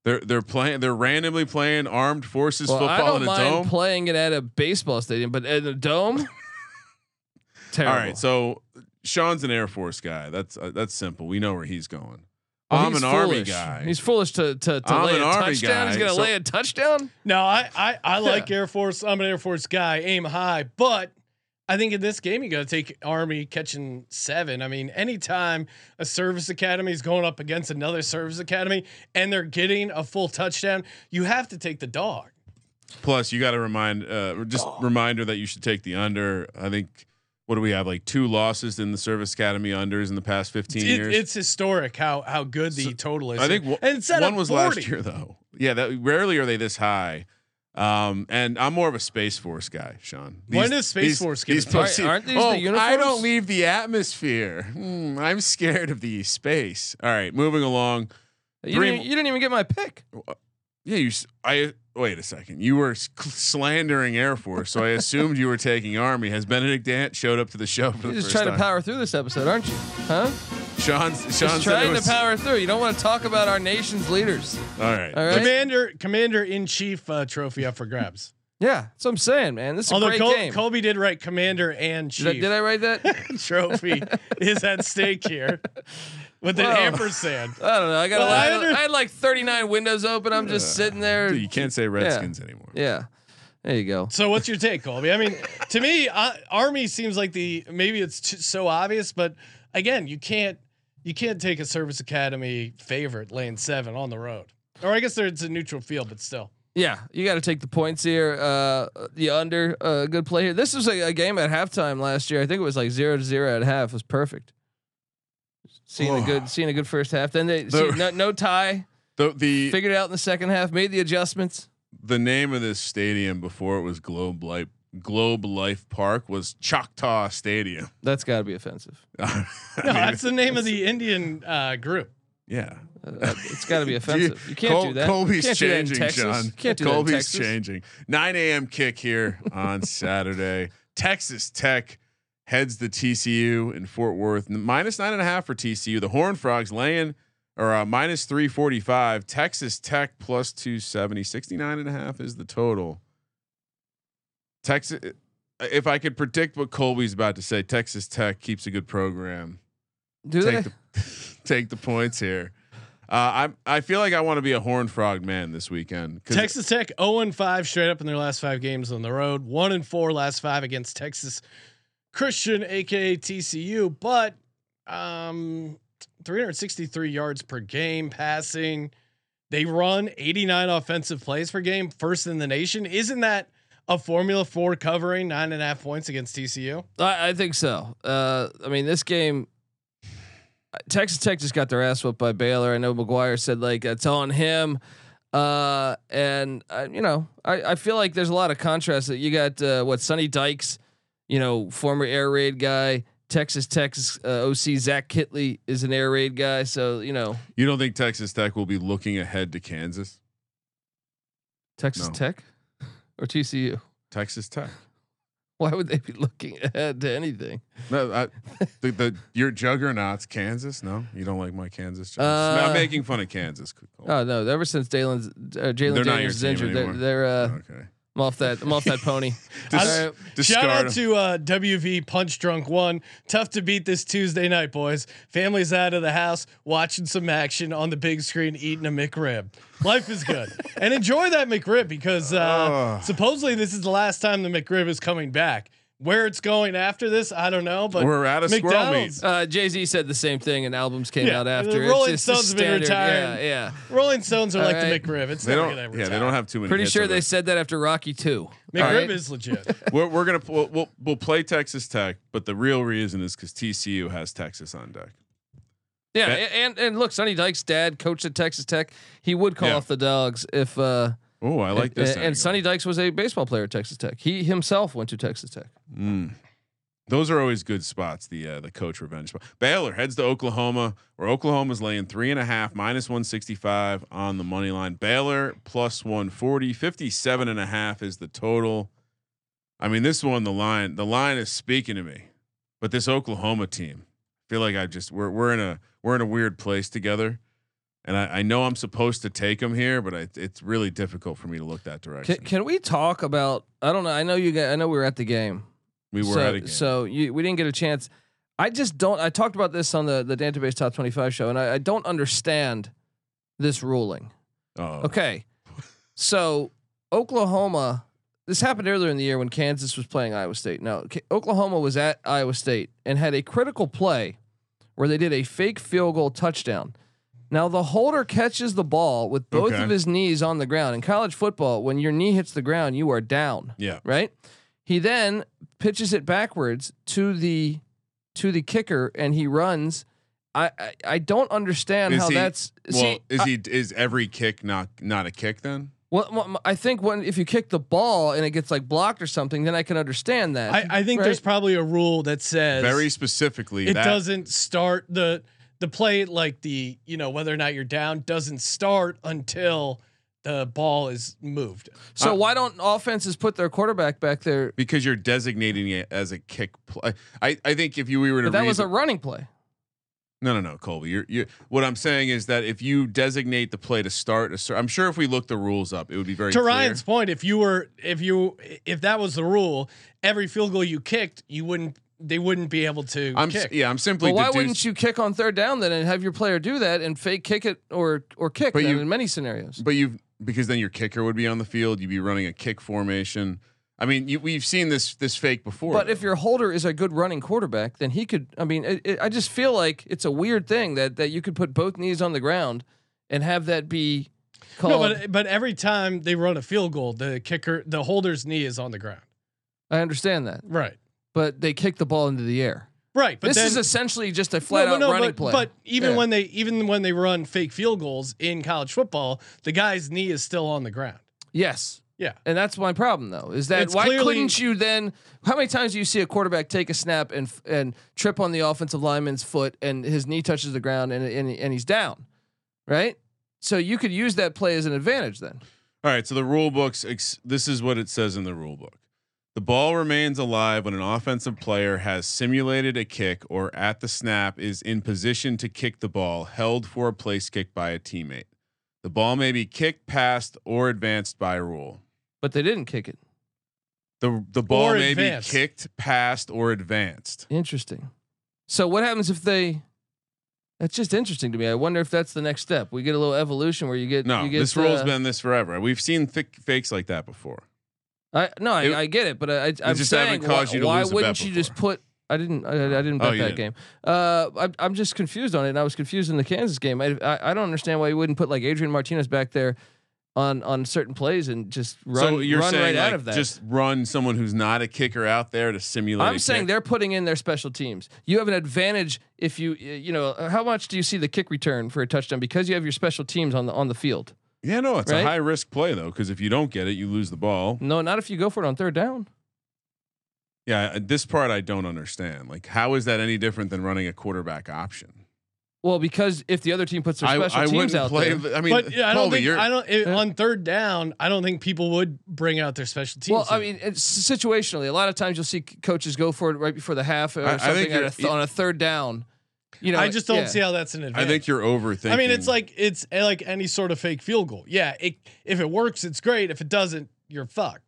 [SPEAKER 7] they're they're playing they're randomly playing armed forces
[SPEAKER 8] Well, I
[SPEAKER 7] football
[SPEAKER 8] don't
[SPEAKER 7] in a
[SPEAKER 8] mind
[SPEAKER 7] dome.
[SPEAKER 8] playing it at a baseball stadium, but at a dome.
[SPEAKER 7] All
[SPEAKER 8] terrible.
[SPEAKER 7] right, so Sean's an Air Force guy. That's uh, that's simple. We know where he's going.
[SPEAKER 8] Well,
[SPEAKER 7] I'm
[SPEAKER 8] he's
[SPEAKER 7] an Army
[SPEAKER 8] foolish.
[SPEAKER 7] guy.
[SPEAKER 8] He's foolish to to, to
[SPEAKER 7] I'm
[SPEAKER 8] lay
[SPEAKER 7] an
[SPEAKER 8] a
[SPEAKER 7] Army
[SPEAKER 8] touchdown. He's
[SPEAKER 7] guy,
[SPEAKER 8] gonna
[SPEAKER 7] so-
[SPEAKER 8] lay a touchdown.
[SPEAKER 1] No, I I, I like Air Force. I'm an Air Force guy. Aim high, but I think in this game you got to take Army catching seven. I mean, anytime a service academy is going up against another service academy and they're getting a full touchdown, you have to take the dog.
[SPEAKER 7] Plus, you got to remind uh, just
[SPEAKER 8] Oh.
[SPEAKER 7] reminder that you should take the under. I think what do we have like two losses in the Service Academy unders in the past 15
[SPEAKER 1] It-
[SPEAKER 7] years?
[SPEAKER 1] it's historic how how good the
[SPEAKER 7] So,
[SPEAKER 1] total is.
[SPEAKER 7] I think w-
[SPEAKER 1] and it's at
[SPEAKER 7] one
[SPEAKER 1] a
[SPEAKER 7] was
[SPEAKER 1] 40.
[SPEAKER 7] last year though. Yeah, that rarely are they this high. Um, and I'm more of a Space Force guy, Sean.
[SPEAKER 1] When does Space Force get
[SPEAKER 7] these
[SPEAKER 1] a
[SPEAKER 7] posts-
[SPEAKER 8] tie? Aren't these the
[SPEAKER 7] oh, I
[SPEAKER 8] uniforms?
[SPEAKER 7] don't leave the atmosphere. Hmm, I'm scared of the space. All right, moving along.
[SPEAKER 8] You
[SPEAKER 7] Three-
[SPEAKER 8] didn't, you didn't even get my pick.
[SPEAKER 7] Yeah, you. s- I wait a second. You were s- slandering Air Force, so I assumed you were taking Army. Has Benedict Dant showed up to the show for the
[SPEAKER 8] You're just
[SPEAKER 7] first
[SPEAKER 8] trying
[SPEAKER 7] time?
[SPEAKER 8] to power through this episode, aren't you? Huh?
[SPEAKER 7] Sean's, Sean
[SPEAKER 8] just
[SPEAKER 7] said it
[SPEAKER 8] trying
[SPEAKER 7] was-
[SPEAKER 8] to power through. You don't want to talk about our nation's leaders.
[SPEAKER 7] All right.
[SPEAKER 8] All right.
[SPEAKER 1] Commander Commander in Chief uh, trophy up for grabs.
[SPEAKER 8] Yeah, that's what I'm saying, man. This is a
[SPEAKER 1] Although
[SPEAKER 8] great
[SPEAKER 1] Col-
[SPEAKER 8] game.
[SPEAKER 1] Kobe did write Commander and Chief.
[SPEAKER 8] did, I, did I write that?
[SPEAKER 1] trophy is at stake here with an
[SPEAKER 8] Wow.
[SPEAKER 1] ampersand.
[SPEAKER 8] I don't know. I got.
[SPEAKER 1] Well, I
[SPEAKER 8] I, had-
[SPEAKER 1] under-
[SPEAKER 8] I had like 39 windows open. I'm just sitting there.
[SPEAKER 7] Dude, you can't say Redskins anymore.
[SPEAKER 8] Yeah. There you go.
[SPEAKER 1] So what's your take, Colby? I mean, to me, uh, Army seems like the maybe it's t- so obvious, but again, you can't you can't take a service academy favorite lane seven on the road. Or I guess there, it's a neutral field, but still.
[SPEAKER 8] Yeah, you got to take the points here. Uh, the under, uh, good play here. This was a, a game at halftime last year. I think it was like zero to zero at half. It was perfect. Seeing a
[SPEAKER 7] Oh.
[SPEAKER 8] good, seeing a good first half. Then they
[SPEAKER 7] The-
[SPEAKER 8] see, no, no tie.
[SPEAKER 7] The the
[SPEAKER 8] Figured it out in the second half. Made the adjustments.
[SPEAKER 7] the name of this stadium before it was Globe Life Globe Life Park was Choctaw Stadium.
[SPEAKER 8] That's got to be offensive.
[SPEAKER 7] I
[SPEAKER 1] No,
[SPEAKER 7] mean,
[SPEAKER 1] that's the name of the Indian uh, group.
[SPEAKER 7] yeah.
[SPEAKER 8] Uh, it's got to be
[SPEAKER 7] Do you-
[SPEAKER 8] offensive. You can't
[SPEAKER 7] Col-
[SPEAKER 8] do that.
[SPEAKER 7] Colby's
[SPEAKER 8] Can't do that in
[SPEAKER 7] changing,
[SPEAKER 8] Texas.
[SPEAKER 7] John.
[SPEAKER 8] You can't do
[SPEAKER 7] Colby's
[SPEAKER 8] that in Texas.
[SPEAKER 7] changing. 9 a.m. kick here on Saturday. Texas Tech heads the TCU in Fort Worth. N- Minus nine and a half for TCU. The Horn Frogs laying or uh, minus 345. Texas Tech plus 270. 69 and a half is the total. Texas. If I could predict what Colby's about to say, Texas Tech keeps a good program
[SPEAKER 8] Do
[SPEAKER 7] take
[SPEAKER 8] they?
[SPEAKER 7] the, take the points here. Uh, I I feel like I want to be a horn frog man this weekend. 'cause-
[SPEAKER 1] Texas Tech 0 and 5 straight up in their last five games on the road, 1 and 4 last five against Texas Christian, aka TCU, but um, 363 yards per game passing. They run 89 offensive plays per game, first in the nation. Isn't that a formula for covering nine and a half points against TCU?
[SPEAKER 8] I, I think so. Uh, I mean, this game, Texas Tech just got their ass whooped by Baylor. I know McGuire said like it's on him, uh, and I, you know, I, I feel like there's a lot of contrast that you got uh, what Sonny Dykes, you know, former air raid guy. Texas Tech's uh, OC Zach Kitley is an air raid guy, so you know
[SPEAKER 7] you don't think Texas Tech will be looking ahead to Kansas?
[SPEAKER 8] Texas
[SPEAKER 7] No.
[SPEAKER 8] Tech or TCU.
[SPEAKER 7] Texas Tech.
[SPEAKER 8] Why would they be looking ahead to anything?
[SPEAKER 7] No, I, the, the your juggernauts, Kansas. No, you don't like my Kansas. jokes.
[SPEAKER 8] Uh,
[SPEAKER 7] I'm making fun of Kansas.
[SPEAKER 8] Oh no! Ever since Dalen's uh, Jalen
[SPEAKER 7] They're not your
[SPEAKER 8] Daniels is
[SPEAKER 7] team
[SPEAKER 8] injured, they're,
[SPEAKER 7] anymore.
[SPEAKER 8] they're uh,
[SPEAKER 7] okay.
[SPEAKER 8] I'm off that. I'm off that pony.
[SPEAKER 7] Dis-
[SPEAKER 8] All right.
[SPEAKER 7] discard
[SPEAKER 1] Shout out
[SPEAKER 7] them.
[SPEAKER 1] to uh, WV Punch Drunk One. Tough to beat this Tuesday night, boys. Family's out of the house, watching some action on the big screen, eating a McRib. Life is good, and enjoy that McRib because uh, supposedly this is the last time the McRib is coming back. Where it's going after this, I don't know. But
[SPEAKER 7] We're out of squirrel meat.
[SPEAKER 1] McDonald's-
[SPEAKER 8] Uh, Jay Z said the same thing, and albums came
[SPEAKER 1] Yeah,
[SPEAKER 8] out
[SPEAKER 1] the
[SPEAKER 8] after.
[SPEAKER 1] Rolling
[SPEAKER 8] just the
[SPEAKER 1] Stones have been
[SPEAKER 8] standard-
[SPEAKER 1] retired.
[SPEAKER 8] Yeah, yeah.
[SPEAKER 1] Rolling Stones are like the
[SPEAKER 8] Alright.
[SPEAKER 1] McRib. It's
[SPEAKER 7] They
[SPEAKER 1] never
[SPEAKER 7] don't.
[SPEAKER 1] gonna
[SPEAKER 7] Yeah,
[SPEAKER 1] retire.
[SPEAKER 7] they don't have too many.
[SPEAKER 8] Pretty
[SPEAKER 7] hits
[SPEAKER 8] sure
[SPEAKER 7] over-
[SPEAKER 8] they said that after Rocky Two.
[SPEAKER 1] McRib
[SPEAKER 8] Alright?
[SPEAKER 1] is legit.
[SPEAKER 7] We're, we're gonna we'll, we'll we'll play Texas Tech, but the real reason is because TCU has Texas on deck.
[SPEAKER 8] Yeah,
[SPEAKER 7] That-
[SPEAKER 8] a- and and look, Sonny Dyke's dad coached at Texas Tech. He would call
[SPEAKER 7] Yeah.
[SPEAKER 8] off the dogs if. uh
[SPEAKER 7] Oh, I like this.
[SPEAKER 8] And, and
[SPEAKER 7] angle.
[SPEAKER 8] Sonny Dykes was a baseball player at Texas Tech. He himself went to Texas Tech.
[SPEAKER 7] Mm. Those are always good spots. The uh, the coach revenge spot. Baylor heads to Oklahoma, where Oklahoma's laying three and a half minus 165 on the money line. Baylor plus 140, 57 and a half is the total. I mean, this one, the line, the line is speaking to me. But this Oklahoma team, I feel like I just we're we're in a we're in a weird place together. And I, I know I'm supposed to take them here, but I, it's really difficult for me to look that direction.
[SPEAKER 8] Can, can we talk about? I don't know. I know you guys. I know we were at the game.
[SPEAKER 7] we were
[SPEAKER 8] so,
[SPEAKER 7] at a game.
[SPEAKER 8] So you, we didn't get a chance. I just don't. I talked about this on the the Database Top Twenty Five show, and I, I don't understand this ruling.
[SPEAKER 7] oh,
[SPEAKER 8] Okay. So Oklahoma, this happened earlier in the year when Kansas was playing Iowa State. Now, K- Oklahoma was at Iowa State and had a critical play where they did a fake field goal touchdown. Now, the holder catches the ball with both
[SPEAKER 7] Okay.
[SPEAKER 8] of his knees on the ground. In college football, when your knee hits the ground, you are down,
[SPEAKER 7] yeah.
[SPEAKER 8] right? He then pitches it backwards to the to the kicker and he runs. I I, I don't understand
[SPEAKER 7] Is
[SPEAKER 8] how
[SPEAKER 7] he-
[SPEAKER 8] that's
[SPEAKER 7] Well,
[SPEAKER 8] see, uh,
[SPEAKER 7] is
[SPEAKER 8] I-
[SPEAKER 7] he is every kick not not a kick then?
[SPEAKER 8] Well, m- m- I think when if you kick the ball and it gets like blocked or something, then I can understand that.
[SPEAKER 1] I, I think
[SPEAKER 8] Right?
[SPEAKER 1] there's probably a rule that says
[SPEAKER 7] Very specifically,
[SPEAKER 1] it
[SPEAKER 7] that,
[SPEAKER 1] doesn't start the the play like the you know whether or not you're down doesn't start until the ball is moved.
[SPEAKER 8] so why don't offenses put their quarterback back there?
[SPEAKER 7] because you're designating it as a kick play. I, I think if you we were to
[SPEAKER 8] But that
[SPEAKER 7] read
[SPEAKER 8] was
[SPEAKER 7] the-
[SPEAKER 8] a running play.
[SPEAKER 7] no no no Colby you're you what I'm saying is that if you designate the play to start a cer- I'm sure if we looked the rules up it would be very
[SPEAKER 1] To
[SPEAKER 7] clear.
[SPEAKER 1] Ryan's point, if you were if you if that was the rule, every field goal you kicked, you wouldn't they wouldn't be able to
[SPEAKER 7] I'm s-
[SPEAKER 1] kick.
[SPEAKER 7] yeah I'm simply
[SPEAKER 8] But why
[SPEAKER 7] deduce-
[SPEAKER 8] wouldn't you kick on third down then and have your player do that and fake kick it or or kick
[SPEAKER 7] But
[SPEAKER 8] then
[SPEAKER 7] you-
[SPEAKER 8] in many scenarios?
[SPEAKER 7] But you've because then your kicker would be on the field. You'd be running a kick formation. I mean, you, we've seen this this fake before.
[SPEAKER 8] But if
[SPEAKER 7] though.
[SPEAKER 8] your holder is a good running quarterback, then he could. I mean, it, it, I just feel like it's a weird thing that that you could put both knees on the ground and have that be
[SPEAKER 1] No,
[SPEAKER 8] called.
[SPEAKER 1] but but every time they run a field goal, the kicker the holder's knee is on the ground.
[SPEAKER 8] I understand that,
[SPEAKER 1] Right.
[SPEAKER 8] but they kick the ball into the air.
[SPEAKER 1] Right. But
[SPEAKER 8] this
[SPEAKER 1] then,
[SPEAKER 8] is essentially just a flat
[SPEAKER 1] No, but
[SPEAKER 8] out
[SPEAKER 1] no,
[SPEAKER 8] running
[SPEAKER 1] but,
[SPEAKER 8] play.
[SPEAKER 1] But even
[SPEAKER 8] Yeah.
[SPEAKER 1] when they even when they run fake field goals in college football, the guy's knee is still on the ground.
[SPEAKER 8] yes,
[SPEAKER 1] Yeah.
[SPEAKER 8] and that's my problem though. Is that
[SPEAKER 1] It's
[SPEAKER 8] why
[SPEAKER 1] clearly-
[SPEAKER 8] couldn't you then? How many times do you see a quarterback take a snap and f- and trip on the offensive lineman's foot and his knee touches the ground and and, and he's down, right? So you could use that play as an advantage then.
[SPEAKER 7] All right, so the rule books. Ex- this is what it says in the rule book: the ball remains alive when an offensive player has simulated a kick or at the snap is in position to kick the ball held for a place kick by a teammate. The ball may be kicked, passed, or advanced by rule.
[SPEAKER 8] But they didn't kick it.
[SPEAKER 7] The the ball
[SPEAKER 1] Or
[SPEAKER 7] may
[SPEAKER 1] advanced.
[SPEAKER 7] be kicked, passed, or advanced.
[SPEAKER 8] Interesting. So what happens if they? That's just interesting to me. I wonder if that's the next step. We get a little evolution where you get
[SPEAKER 7] No,
[SPEAKER 8] You get,
[SPEAKER 7] this rule's
[SPEAKER 8] uh,
[SPEAKER 7] been this forever. We've seen thick fakes like that before.
[SPEAKER 8] I no, I,
[SPEAKER 7] It-
[SPEAKER 8] I get it, but I, I I'm
[SPEAKER 7] just
[SPEAKER 8] saying
[SPEAKER 7] haven't
[SPEAKER 8] why-
[SPEAKER 7] caused
[SPEAKER 8] why,
[SPEAKER 7] you to lose a bet
[SPEAKER 8] wouldn't you just
[SPEAKER 7] before. Oh,
[SPEAKER 8] put? I didn't. I, I didn't bet
[SPEAKER 7] you
[SPEAKER 8] that
[SPEAKER 7] didn't.
[SPEAKER 8] game. Uh, I'm I'm just confused on it. and I was confused in the Kansas game. I, I I don't understand why you wouldn't put like Adrian Martinez back there on on certain plays and just run
[SPEAKER 7] so you're
[SPEAKER 8] run
[SPEAKER 7] saying
[SPEAKER 8] right out
[SPEAKER 7] like,
[SPEAKER 8] of that.
[SPEAKER 7] just run someone who's not a kicker out there to simulate.
[SPEAKER 8] I'm
[SPEAKER 7] a
[SPEAKER 8] saying
[SPEAKER 7] kick?
[SPEAKER 8] they're putting in their special teams. You have an advantage if you you know uh, how much do you see the kick return for a touchdown because you have your special teams on the on the field.
[SPEAKER 7] Yeah, no, it's
[SPEAKER 8] Right?
[SPEAKER 7] a high risk play though, because if you don't get it, you lose the ball.
[SPEAKER 1] Mm.
[SPEAKER 8] No, not if you go for it on third down.
[SPEAKER 7] Yeah, I- this part I don't understand. Like, how is that any different than running a quarterback option?
[SPEAKER 8] Well, because if the other team puts their
[SPEAKER 7] I,
[SPEAKER 8] special
[SPEAKER 7] I
[SPEAKER 8] teams
[SPEAKER 7] wouldn't
[SPEAKER 8] out
[SPEAKER 7] play.
[SPEAKER 8] there,
[SPEAKER 7] I mean,
[SPEAKER 1] but yeah, I don't
[SPEAKER 7] Colby,
[SPEAKER 1] think
[SPEAKER 7] you're-
[SPEAKER 1] I don't it,
[SPEAKER 8] Yeah.
[SPEAKER 1] on third down. I don't think people would bring out their special teams.
[SPEAKER 8] Well, I
[SPEAKER 1] here.
[SPEAKER 8] mean, it's situationally. A lot of times you'll see c- coaches go for it right before the half or
[SPEAKER 7] I- I think
[SPEAKER 8] something at
[SPEAKER 7] you're-
[SPEAKER 8] a th- on a third down. You know,
[SPEAKER 1] I just don't
[SPEAKER 8] yeah.
[SPEAKER 1] see how that's an
[SPEAKER 7] I
[SPEAKER 1] advantage.
[SPEAKER 7] think you're overthinking.
[SPEAKER 1] I mean, it's like it's eh, like any sort of fake field goal. Yeah, it, if it works, it's great. If it doesn't, you're fucked.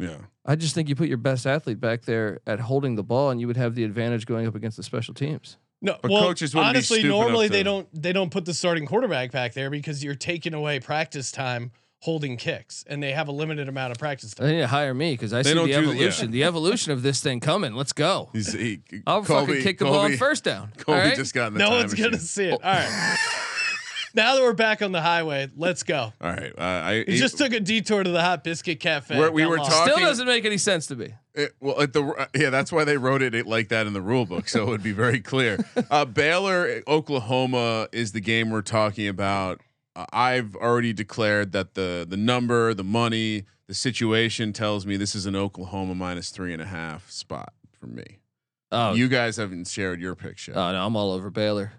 [SPEAKER 7] yeah,
[SPEAKER 8] I just think you put your best athlete back there at holding the ball, and you would have the advantage going up against the special teams.
[SPEAKER 1] No,
[SPEAKER 7] But
[SPEAKER 1] well,
[SPEAKER 7] coaches wouldn't be
[SPEAKER 1] honestly,
[SPEAKER 7] stupid enough
[SPEAKER 1] normally
[SPEAKER 7] to-
[SPEAKER 1] they don't they don't put the starting quarterback back there because you're taking away practice time holding kicks, and they have a limited amount of practice time.
[SPEAKER 8] They need to hire me because I
[SPEAKER 7] They
[SPEAKER 8] see
[SPEAKER 7] don't
[SPEAKER 8] the
[SPEAKER 7] do the- yeah.
[SPEAKER 8] evolution, the evolution of this thing coming. Let's go.
[SPEAKER 7] He's, he,
[SPEAKER 8] I'll
[SPEAKER 7] Colby-
[SPEAKER 8] fucking kick the ball
[SPEAKER 7] Colby-
[SPEAKER 8] on first down.
[SPEAKER 7] Colby
[SPEAKER 8] all right?
[SPEAKER 7] just got in the
[SPEAKER 1] No
[SPEAKER 7] time
[SPEAKER 1] one's
[SPEAKER 7] machine. Oh.
[SPEAKER 1] gonna see it. All right. now that we're back on the highway, let's go.
[SPEAKER 7] All right, uh, I
[SPEAKER 1] He just took a detour to the Hot Biscuit Cafe.
[SPEAKER 7] Where we
[SPEAKER 1] got
[SPEAKER 7] were
[SPEAKER 1] lost.
[SPEAKER 7] talk-
[SPEAKER 8] Still
[SPEAKER 7] fucking-
[SPEAKER 8] doesn't make any sense to me.
[SPEAKER 7] It, well, at the uh, yeah, that's why they wrote it, it like that in the rule book, so it would be very clear. Uh, Baylor, Oklahoma is the game we're talking about. Uh, I've already declared that the the number, the money, the situation tells me this is an Oklahoma minus three and a half spot for me.
[SPEAKER 8] Oh,
[SPEAKER 7] You guys haven't shared your pick yet.
[SPEAKER 8] oh no, I'm all over Baylor.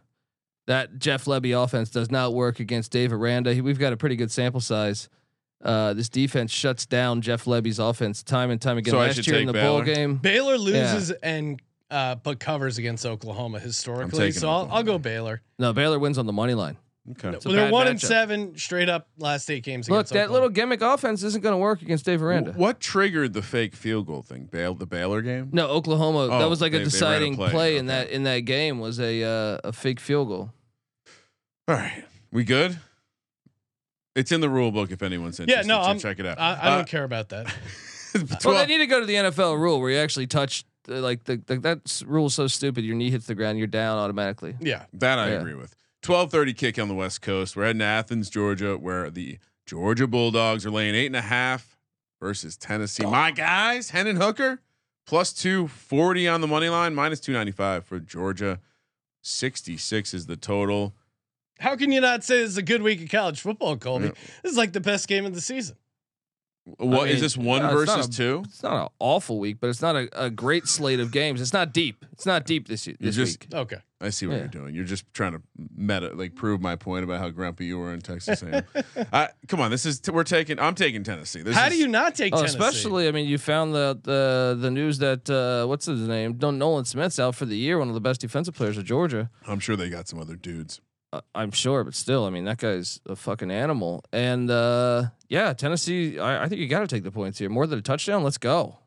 [SPEAKER 8] That Jeff Levy offense does not work against Dave Aranda. He- We've got a pretty good sample size. Uh, this defense shuts down Jeff Levy's offense time and time again.
[SPEAKER 7] So I
[SPEAKER 8] Last
[SPEAKER 7] should
[SPEAKER 8] year in
[SPEAKER 7] take
[SPEAKER 8] the bowl
[SPEAKER 7] Baylor?
[SPEAKER 8] game,
[SPEAKER 1] Baylor loses and uh, but covers against Oklahoma historically,
[SPEAKER 7] taking
[SPEAKER 1] so I'll, I'll
[SPEAKER 7] Oklahoma.
[SPEAKER 1] go Baylor.
[SPEAKER 8] no Baylor wins on the money line.
[SPEAKER 7] okay.
[SPEAKER 8] a
[SPEAKER 1] They're
[SPEAKER 8] bad
[SPEAKER 1] one and
[SPEAKER 8] matchup.
[SPEAKER 1] seven straight up last eight games.
[SPEAKER 8] Look,
[SPEAKER 1] against
[SPEAKER 8] that
[SPEAKER 1] Oklahoma.
[SPEAKER 8] little gimmick offense isn't going to work against Dave Aranda.
[SPEAKER 7] W- What triggered the fake field goal thing? Bail the Baylor game?
[SPEAKER 8] No, Oklahoma. that
[SPEAKER 7] Oh,
[SPEAKER 8] was like
[SPEAKER 7] they-
[SPEAKER 8] a
[SPEAKER 7] they ran a
[SPEAKER 8] deciding
[SPEAKER 7] play,
[SPEAKER 8] play, in
[SPEAKER 7] okay.
[SPEAKER 8] that in that game was a uh, a fake field goal.
[SPEAKER 7] All right, we good? It's in the rule book. If anyone's
[SPEAKER 1] Yeah,
[SPEAKER 7] interested,
[SPEAKER 1] no, I'm-
[SPEAKER 7] check it out.
[SPEAKER 1] I, I
[SPEAKER 7] Uh,
[SPEAKER 1] don't care about that.
[SPEAKER 8] Well,
[SPEAKER 7] twelve-
[SPEAKER 8] they need to go to the NFL rule where you actually touch the, like the, the that s- rule is so stupid. Your knee hits the ground, you're down automatically.
[SPEAKER 1] Yeah,
[SPEAKER 7] That I
[SPEAKER 8] Yeah.
[SPEAKER 7] agree with. 12:30 kick on the West Coast. We're heading to Athens, Georgia, where the Georgia Bulldogs are laying eight and a half versus Tennessee. My guys, Hennon Hooker, plus 240 on the money line, minus 295 for Georgia. 66 is the total.
[SPEAKER 1] how can you not say this is a good week of college football, Colby?
[SPEAKER 7] Yeah.
[SPEAKER 1] This is like the best game of the season.
[SPEAKER 7] What is
[SPEAKER 8] mean,
[SPEAKER 7] this? One
[SPEAKER 8] uh, it's not
[SPEAKER 7] versus
[SPEAKER 8] a-
[SPEAKER 7] two?
[SPEAKER 8] It's not an awful week, but it's not a, a great slate of games. It's not deep. It's not deep this y-
[SPEAKER 7] You're
[SPEAKER 8] this
[SPEAKER 7] just-
[SPEAKER 8] week.
[SPEAKER 1] Okay,
[SPEAKER 7] I see what
[SPEAKER 8] Yeah.
[SPEAKER 7] you're doing. You're just trying to meta, like prove my point about how grumpy you were in Texas. A&M. I, come on, this is t- we're taking. I'm taking Tennessee. This
[SPEAKER 1] how
[SPEAKER 7] is,
[SPEAKER 1] do you not take
[SPEAKER 8] Oh,
[SPEAKER 1] Tennessee?
[SPEAKER 8] especially, I mean, you found the the the news that uh, what's his name? Don Nolan Smith's out for the year. One of the best defensive players of Georgia.
[SPEAKER 7] I'm sure they got some other dudes.
[SPEAKER 8] Uh, I'm sure, but still, I mean, that guy's a fucking animal. And uh, yeah, Tennessee. I, I think you got to take the points here. More than a touchdown. Let's go.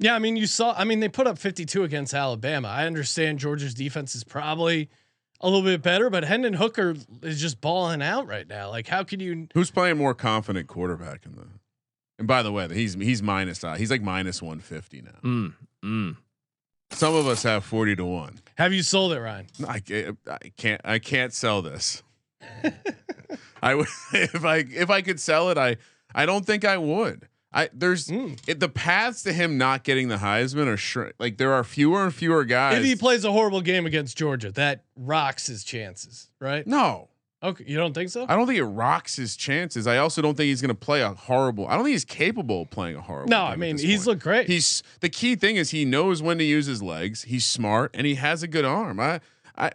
[SPEAKER 1] Yeah, I mean, you saw. I mean, they put up 52 against Alabama. I understand Georgia's defense is probably a little bit better, but Hendon Hooker is just balling out right now. Like, how can you?
[SPEAKER 7] Who's playing more confident quarterback in the? And by the way, he's he's minus uh, he's like minus one fifty now.
[SPEAKER 8] Mm, mm.
[SPEAKER 7] Some of us have forty to one.
[SPEAKER 1] Have you sold it, Ryan?
[SPEAKER 7] No, I, ca- I can't I can't sell this. I would if I if I could sell it I I don't think I would. I there's
[SPEAKER 1] Mm.
[SPEAKER 7] it, the paths to him not getting the Heisman are sure like there are fewer and fewer guys.
[SPEAKER 1] If he plays a horrible game against Georgia, that rocks his chances, right?
[SPEAKER 7] no,
[SPEAKER 1] Okay, you don't think so?
[SPEAKER 7] I don't think it rocks his chances. I also don't think he's going to play a horrible. I don't think he's capable of playing a horrible.
[SPEAKER 1] No,
[SPEAKER 7] game
[SPEAKER 1] I
[SPEAKER 7] at
[SPEAKER 1] mean
[SPEAKER 7] this
[SPEAKER 1] he's
[SPEAKER 7] point.
[SPEAKER 1] looked great.
[SPEAKER 7] He's the key thing is he knows when to use his legs. He's smart and he has a good arm. I, I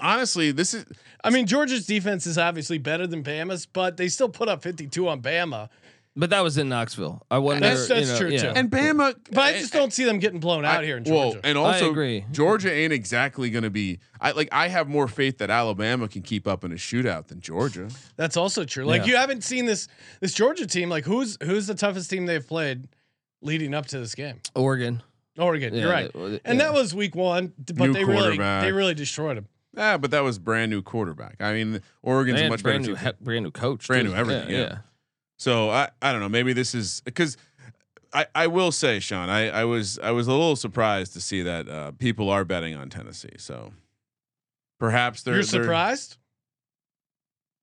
[SPEAKER 7] honestly, this is
[SPEAKER 1] I mean Georgia's defense is obviously better than Bama's, but they still put up 52 on Bama.
[SPEAKER 8] But that was in Knoxville. I wonder.
[SPEAKER 1] That's- that's
[SPEAKER 8] you know,
[SPEAKER 1] true,
[SPEAKER 8] yeah.
[SPEAKER 1] too.
[SPEAKER 7] and Bama.
[SPEAKER 1] But I just don't see them getting blown out
[SPEAKER 7] Eh, I-
[SPEAKER 1] here in
[SPEAKER 7] well, eh,
[SPEAKER 1] Georgia.
[SPEAKER 7] and also,
[SPEAKER 8] agree.
[SPEAKER 7] Georgia ain't exactly going to be. I like. I have more faith that Alabama can keep up in a shootout than Georgia.
[SPEAKER 1] That's also true. Like
[SPEAKER 8] Yeah.
[SPEAKER 1] you haven't seen this this Georgia team. Like who's who's the toughest team they've played leading up to this game?
[SPEAKER 8] Oregon.
[SPEAKER 1] Oregon.
[SPEAKER 8] Yeah,
[SPEAKER 1] you're right.
[SPEAKER 8] that-
[SPEAKER 1] and
[SPEAKER 8] yeah.
[SPEAKER 1] that was week one, d- but
[SPEAKER 7] New
[SPEAKER 1] they really
[SPEAKER 7] quarterback.
[SPEAKER 1] they really destroyed him.
[SPEAKER 7] Ah, but that was brand new quarterback. I mean,
[SPEAKER 8] They
[SPEAKER 7] Oregon's a
[SPEAKER 8] had
[SPEAKER 7] much better
[SPEAKER 8] brand new,
[SPEAKER 7] team.
[SPEAKER 8] he- brand new coach.
[SPEAKER 7] Brand
[SPEAKER 8] too.
[SPEAKER 7] new everything, yeah. So I, I don't know. Maybe this is because I, I will say, Sean, I, I was I was a little surprised to see that uh, people are betting on Tennessee. So perhaps they're
[SPEAKER 1] You're
[SPEAKER 7] they're-
[SPEAKER 1] surprised?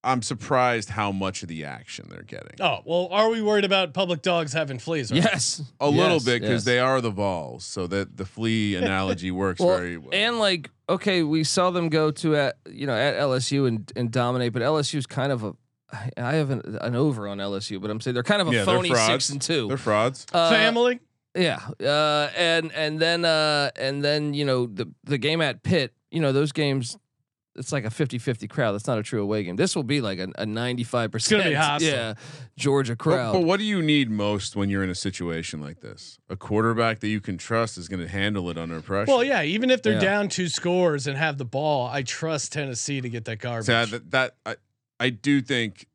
[SPEAKER 7] I'm surprised how much of the action they're getting.
[SPEAKER 1] Oh well, are we worried about public dogs having fleas? Right?
[SPEAKER 8] Yes.
[SPEAKER 7] A little
[SPEAKER 8] Oh, Yes,
[SPEAKER 7] bit because
[SPEAKER 8] yes.
[SPEAKER 7] they are the Vols, so that the flea analogy works
[SPEAKER 8] Well,
[SPEAKER 7] very well.
[SPEAKER 8] and like okay, we saw them go to at you know at LSU and and dominate, but LSU's kind of a I I have an, an over on LSU, but I'm saying they're kind of a
[SPEAKER 7] Yeah, they're
[SPEAKER 8] phony
[SPEAKER 7] frauds.
[SPEAKER 8] six and two.
[SPEAKER 7] they're frauds.
[SPEAKER 8] Uh,
[SPEAKER 1] Family.
[SPEAKER 8] Yeah, uh, and and then uh, and then you know the the game at Pitt, you know those games, it's like a 50-50 crowd. That's not a true away game. This will be like a ninety five
[SPEAKER 1] It's gonna
[SPEAKER 8] percent.
[SPEAKER 1] be hostile.
[SPEAKER 8] Yeah, Georgia crowd.
[SPEAKER 7] But, but what do you need most when you're in a situation like this? A quarterback that you can trust is going to handle it under pressure.
[SPEAKER 1] Well, yeah. Even if they're
[SPEAKER 8] Yeah.
[SPEAKER 1] down two scores and have the ball, I trust Tennessee to get that garbage.
[SPEAKER 7] So uh, that, that I, I do think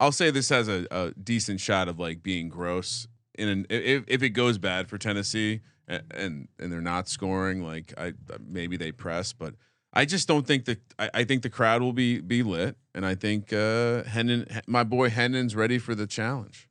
[SPEAKER 7] I'll say this has a, a decent shot of like being gross in an, if if it goes bad for Tennessee and and, and they're not scoring like I maybe uh, they press but I just don't think the I, I think the crowd will be be lit, and I think uh, Hendon, my boy Hendon's ready for the challenge.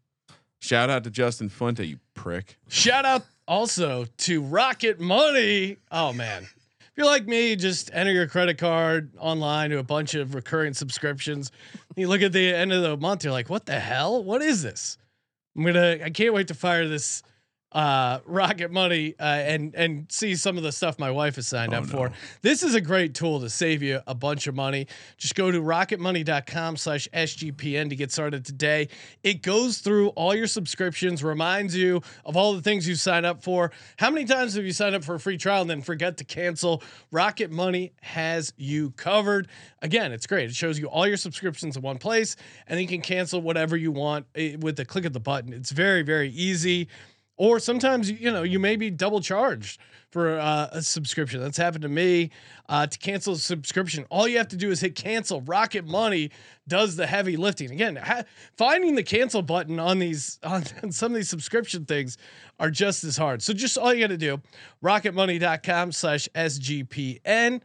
[SPEAKER 7] Shout out to Justin Funte, you prick.
[SPEAKER 1] Shout out also to Rocket Money. Oh man. If you're like me, just enter your credit card online to a bunch of recurring subscriptions. You look at the end of the month, you're like, what the hell? What is this? I'm gonna I can't wait to fire this uh rocket money uh, and and see some of the stuff my wife has signed
[SPEAKER 7] Oh,
[SPEAKER 1] up for
[SPEAKER 7] no.
[SPEAKER 1] this is a great tool to save you a bunch of money just go to rocketmoney.com slash sgpn to get started today it goes through all your subscriptions reminds you of all the things you signed up for how many times have you signed up for a free trial and then forget to cancel rocket money has you covered again it's great it shows you all your subscriptions in one place and you can cancel whatever you want eh, with the click of the button it's very very easy or sometimes you know you may be double charged for uh, a subscription that's happened to me uh, to cancel a subscription all you have to do is hit cancel rocket money does the heavy lifting again ha- finding the cancel button on these on, some of these subscription things are just as hard so just all you got to do rocketmoney.com slash sgpn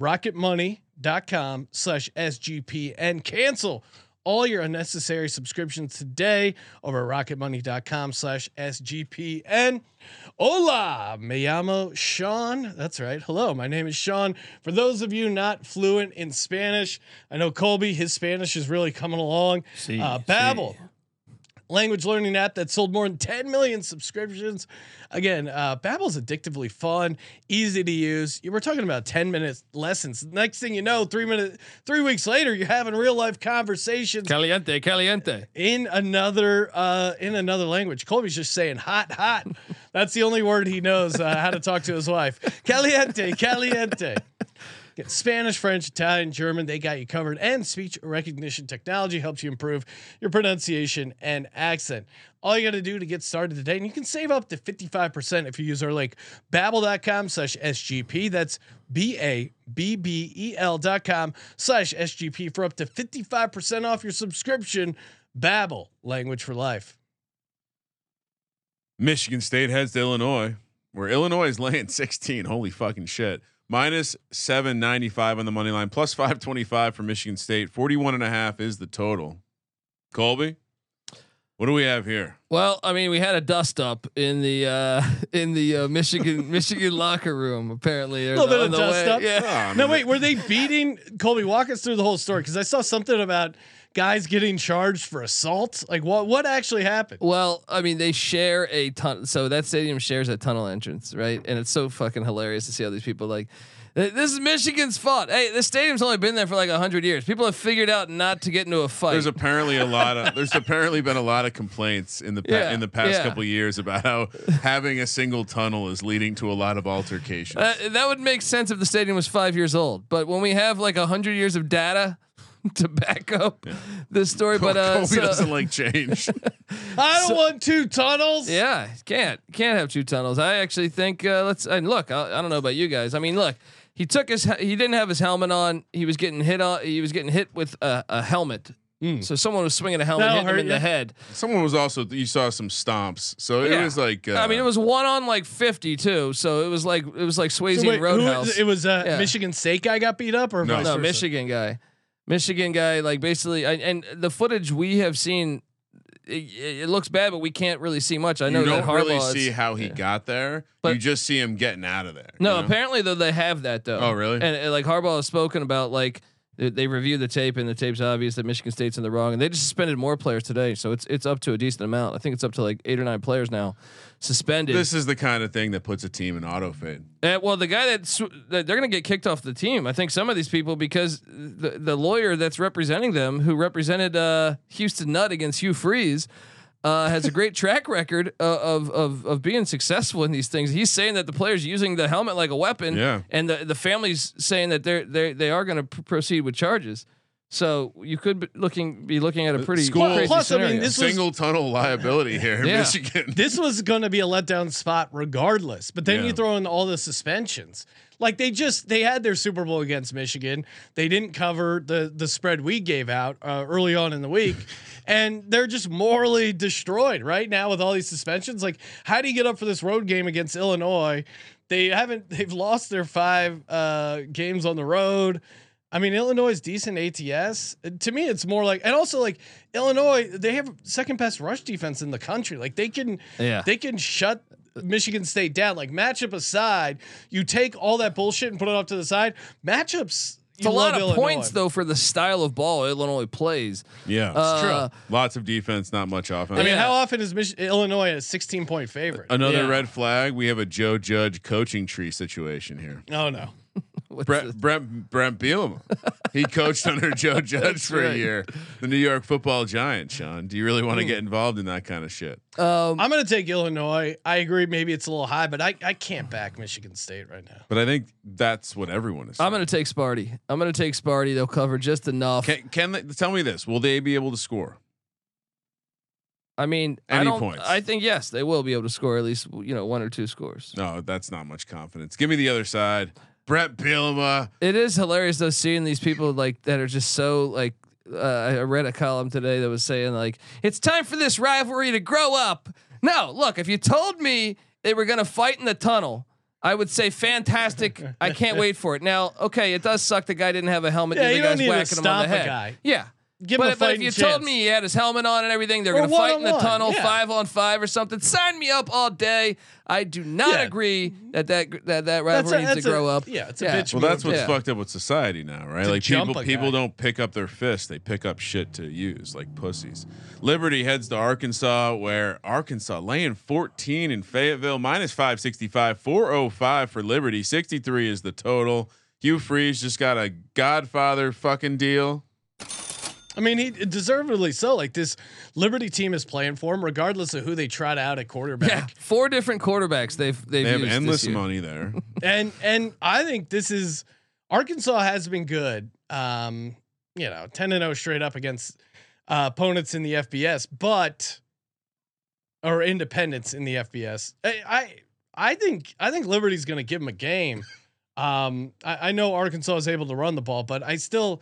[SPEAKER 1] rocketmoney.com slash sgpn cancel all your unnecessary subscriptions today over at rocketmoney.com slash sgpn hola me llamo sean that's right hello my name is sean for those of you not fluent in spanish i know colby his spanish is really coming along
[SPEAKER 8] See,
[SPEAKER 1] uh, babel language learning app that sold more than 10 million subscriptions. Again, uh, Babbel's addictively fun, easy to use. You were talking about 10 minute lessons. Next thing you know, three minute, three weeks later, you're having real life conversations
[SPEAKER 8] Caliente, caliente.
[SPEAKER 1] in another uh, in another language. Colby's just saying hot, hot. That's the only word he knows uh, how to talk to his wife. Caliente, caliente. Get Spanish, French, Italian, German, they got you covered. And speech recognition technology helps you improve your pronunciation and accent. All you got to do to get started today, and you can save up to 55% if you use our link, babbel.com slash SGP. That's B A B B E L dot com slash SGP for up to 55% off your subscription. Babbel, language for life.
[SPEAKER 7] Michigan State heads to Illinois, where Illinois is laying 16. Holy fucking shit. Minus 795 on the money line, plus 525 for Michigan State. 41 and a half is the total. Colby, what do we have here?
[SPEAKER 8] Well, I mean, we had a dust up in the uh, in the uh, Michigan Michigan locker room. Apparently, a
[SPEAKER 1] Little bit of dust up.
[SPEAKER 8] Yeah.
[SPEAKER 7] Ah,
[SPEAKER 1] No, wait, were they beating Colby? Walk us through the whole story because I saw something about guys getting charged for assault. Like, what what actually happened?
[SPEAKER 8] Well, I mean, they share a ton. So that stadium shares a tunnel entrance, right? And it's so fucking hilarious to see how these people like. "Th- This is Michigan's fault. Hey, this stadium's only been there for like hundred years. People have figured out not to get into a fight.
[SPEAKER 7] There's apparently a lot of there's apparently been a lot of complaints in the pa-
[SPEAKER 8] Yeah,
[SPEAKER 7] in the past
[SPEAKER 8] yeah.
[SPEAKER 7] couple years about how having a single tunnel is leading to a lot of altercations.
[SPEAKER 8] Uh, that would make sense if the stadium was five years old. But when we have like hundred years of data to back up this story, but uh,
[SPEAKER 7] Colby
[SPEAKER 8] so-
[SPEAKER 7] doesn't like change.
[SPEAKER 1] I don't want two tunnels.
[SPEAKER 8] Yeah, can't can't have two tunnels. I actually think uh, let's and look. I, I don't know about you guys. I mean, look, he took his he didn't have his helmet on. He was getting hit on. He was getting hit with a, a helmet. So someone was swinging a helmet,
[SPEAKER 1] Hmm. That'll
[SPEAKER 8] hitting him
[SPEAKER 1] hurt
[SPEAKER 8] in the
[SPEAKER 1] ya.
[SPEAKER 8] head.
[SPEAKER 7] Someone was also you saw some stomps, so
[SPEAKER 8] Yeah.
[SPEAKER 7] it was like uh,
[SPEAKER 8] I mean, it was one on like fifty too. So it was like it was like Swayze
[SPEAKER 1] So
[SPEAKER 8] and
[SPEAKER 1] wait, who-
[SPEAKER 8] Roadhouse.
[SPEAKER 1] it was a
[SPEAKER 8] Yeah.
[SPEAKER 1] Michigan State guy got beat up, or
[SPEAKER 7] No.
[SPEAKER 1] vice
[SPEAKER 8] no
[SPEAKER 1] versa?
[SPEAKER 8] Michigan guy, Michigan guy. Like basically, I, and the footage we have seen, it, it looks bad, but we can't really see much. I know
[SPEAKER 7] you
[SPEAKER 8] that
[SPEAKER 7] don't really
[SPEAKER 8] Harbaugh is-
[SPEAKER 7] see how he got there.
[SPEAKER 8] But-
[SPEAKER 7] you just see him getting out of there.
[SPEAKER 8] No,
[SPEAKER 7] you know?
[SPEAKER 8] apparently though they have that though.
[SPEAKER 7] Oh, really?
[SPEAKER 8] And, uh, like Harbaugh has spoken about, like they, they review the tape, and the tape's obvious that Michigan State's in the wrong, and they just suspended more players today, so it's it's up to a decent amount. I think it's up to like eight or nine players now suspended.
[SPEAKER 7] this is the kind of thing that puts a team in auto fade.
[SPEAKER 8] Uh, well, the guy that sw- that they're going to get kicked off the team. I think some of these people because the the lawyer that's representing them, who represented uh, Houston Nutt against Hugh Freeze. Uh, has a great track record uh, of of of being successful in these things. He's saying that the players using the helmet like a weapon,
[SPEAKER 7] Yeah.
[SPEAKER 8] and the the families saying that they're they they are going to pr- proceed with charges. So you could be looking be looking at a pretty
[SPEAKER 7] Uh, school-
[SPEAKER 8] crazy
[SPEAKER 1] Plus, I mean,
[SPEAKER 8] scenario.
[SPEAKER 1] this was-
[SPEAKER 7] Single tunnel liability here in
[SPEAKER 8] Yeah.
[SPEAKER 7] Michigan.
[SPEAKER 1] This was going to be a letdown spot regardless, but then
[SPEAKER 7] Yeah.
[SPEAKER 1] you throw in all the suspensions. Like they just they had their Super Bowl against Michigan. They didn't cover the the spread we gave out uh, early on in the week, and they're just morally destroyed right now with all these suspensions. Like, how do you get up for this road game against Illinois? They haven't. They've lost their five uh, games on the road. I mean, Illinois is decent ATS. Uh, To me, it's more like, and also like Illinois, they have second best rush defense in the country. Like they can,
[SPEAKER 8] Yeah.
[SPEAKER 1] they can shut Michigan State down. Like matchup aside, you take all that bullshit and put it off to the side. Matchups,
[SPEAKER 8] It's a lot of points though for the style of ball Illinois plays.
[SPEAKER 7] Yeah,
[SPEAKER 8] It's true. Uh,
[SPEAKER 7] Lots of defense, not much offense.
[SPEAKER 1] I mean,
[SPEAKER 8] Yeah.
[SPEAKER 1] how often is Mich- Illinois a 16 point favorite?
[SPEAKER 7] Another
[SPEAKER 8] Yeah.
[SPEAKER 7] red flag. We have a Joe Judge coaching tree situation here.
[SPEAKER 1] Oh no.
[SPEAKER 8] What's
[SPEAKER 7] Brent
[SPEAKER 8] the-
[SPEAKER 7] Brent Brent Bielema. He coached under Joe Judge for a
[SPEAKER 8] right.
[SPEAKER 7] year. The New York Football Giant. Sean, do you really want to
[SPEAKER 8] Hmm.
[SPEAKER 7] get involved in that kind of shit?
[SPEAKER 8] um,
[SPEAKER 1] I'm going to take Illinois. I agree. Maybe it's a little high, but I, I can't back Michigan State right now.
[SPEAKER 7] But I think that's what everyone is.
[SPEAKER 8] I'm going to take Sparty. I'm going to take Sparty. They'll cover just enough.
[SPEAKER 7] saying. Can, can they, tell me this? Will they be able to score?
[SPEAKER 8] I mean, I
[SPEAKER 7] Any
[SPEAKER 8] don't.
[SPEAKER 7] points.
[SPEAKER 8] I think yes, they will be able to score at least you know one or two scores.
[SPEAKER 7] No, that's not much confidence. Give me the other side. Brett Bielema.
[SPEAKER 8] It is hilarious though seeing these people like that are just so like. Uh, I read a column today that was saying like it's time for this rivalry to grow up. No, look, if you told me they were going to fight in the tunnel, I would say fantastic. I can't wait for it. Now, okay, it does suck the guy didn't have a helmet.
[SPEAKER 1] Yeah,
[SPEAKER 8] the other
[SPEAKER 1] you don't
[SPEAKER 8] guy's
[SPEAKER 1] need to
[SPEAKER 8] whacking him on
[SPEAKER 1] stop
[SPEAKER 8] the
[SPEAKER 1] a
[SPEAKER 8] head.
[SPEAKER 1] guy.
[SPEAKER 8] Yeah.
[SPEAKER 1] Give him a
[SPEAKER 8] But, but if
[SPEAKER 1] fighting
[SPEAKER 8] you
[SPEAKER 1] chance.
[SPEAKER 8] told me he had his helmet on and everything, they're
[SPEAKER 1] Or
[SPEAKER 8] going to fight in the
[SPEAKER 1] one-on-one,
[SPEAKER 8] tunnel,
[SPEAKER 1] yeah.
[SPEAKER 8] five on five or something. Sign me up all day. I do not
[SPEAKER 1] Yeah.
[SPEAKER 8] agree that that that, that rivalry needs to grow up.
[SPEAKER 1] Yeah, it's a
[SPEAKER 8] Yeah.
[SPEAKER 1] bitch.
[SPEAKER 7] Well, that's
[SPEAKER 1] move.
[SPEAKER 7] what's
[SPEAKER 8] Yeah.
[SPEAKER 7] fucked up with society now, right?
[SPEAKER 1] To
[SPEAKER 7] like
[SPEAKER 1] jump
[SPEAKER 7] people
[SPEAKER 1] a
[SPEAKER 7] people
[SPEAKER 1] guy.
[SPEAKER 7] don't pick up their fists; they pick up shit to use, like pussies. Liberty heads to Arkansas, where Arkansas laying 14 in Fayetteville, minus 565, 405 for Liberty. 63 is the total. Hugh Freeze just got a Godfather fucking deal.
[SPEAKER 1] I mean, he deservedly so. Like this Liberty team is playing for him, regardless of who they trot out at
[SPEAKER 8] Yeah,
[SPEAKER 1] quarterback.
[SPEAKER 8] four different quarterbacks they've they've
[SPEAKER 7] They have
[SPEAKER 8] used this
[SPEAKER 7] endless
[SPEAKER 8] year.
[SPEAKER 7] money there.
[SPEAKER 1] And and I think this is Arkansas has been good. Um, you know, ten and zero straight up against uh, opponents in the FBS, but or independents in the FBS. I I, I think I think Liberty's going to give him a game. Um, I, I know Arkansas is able to run the ball, but I still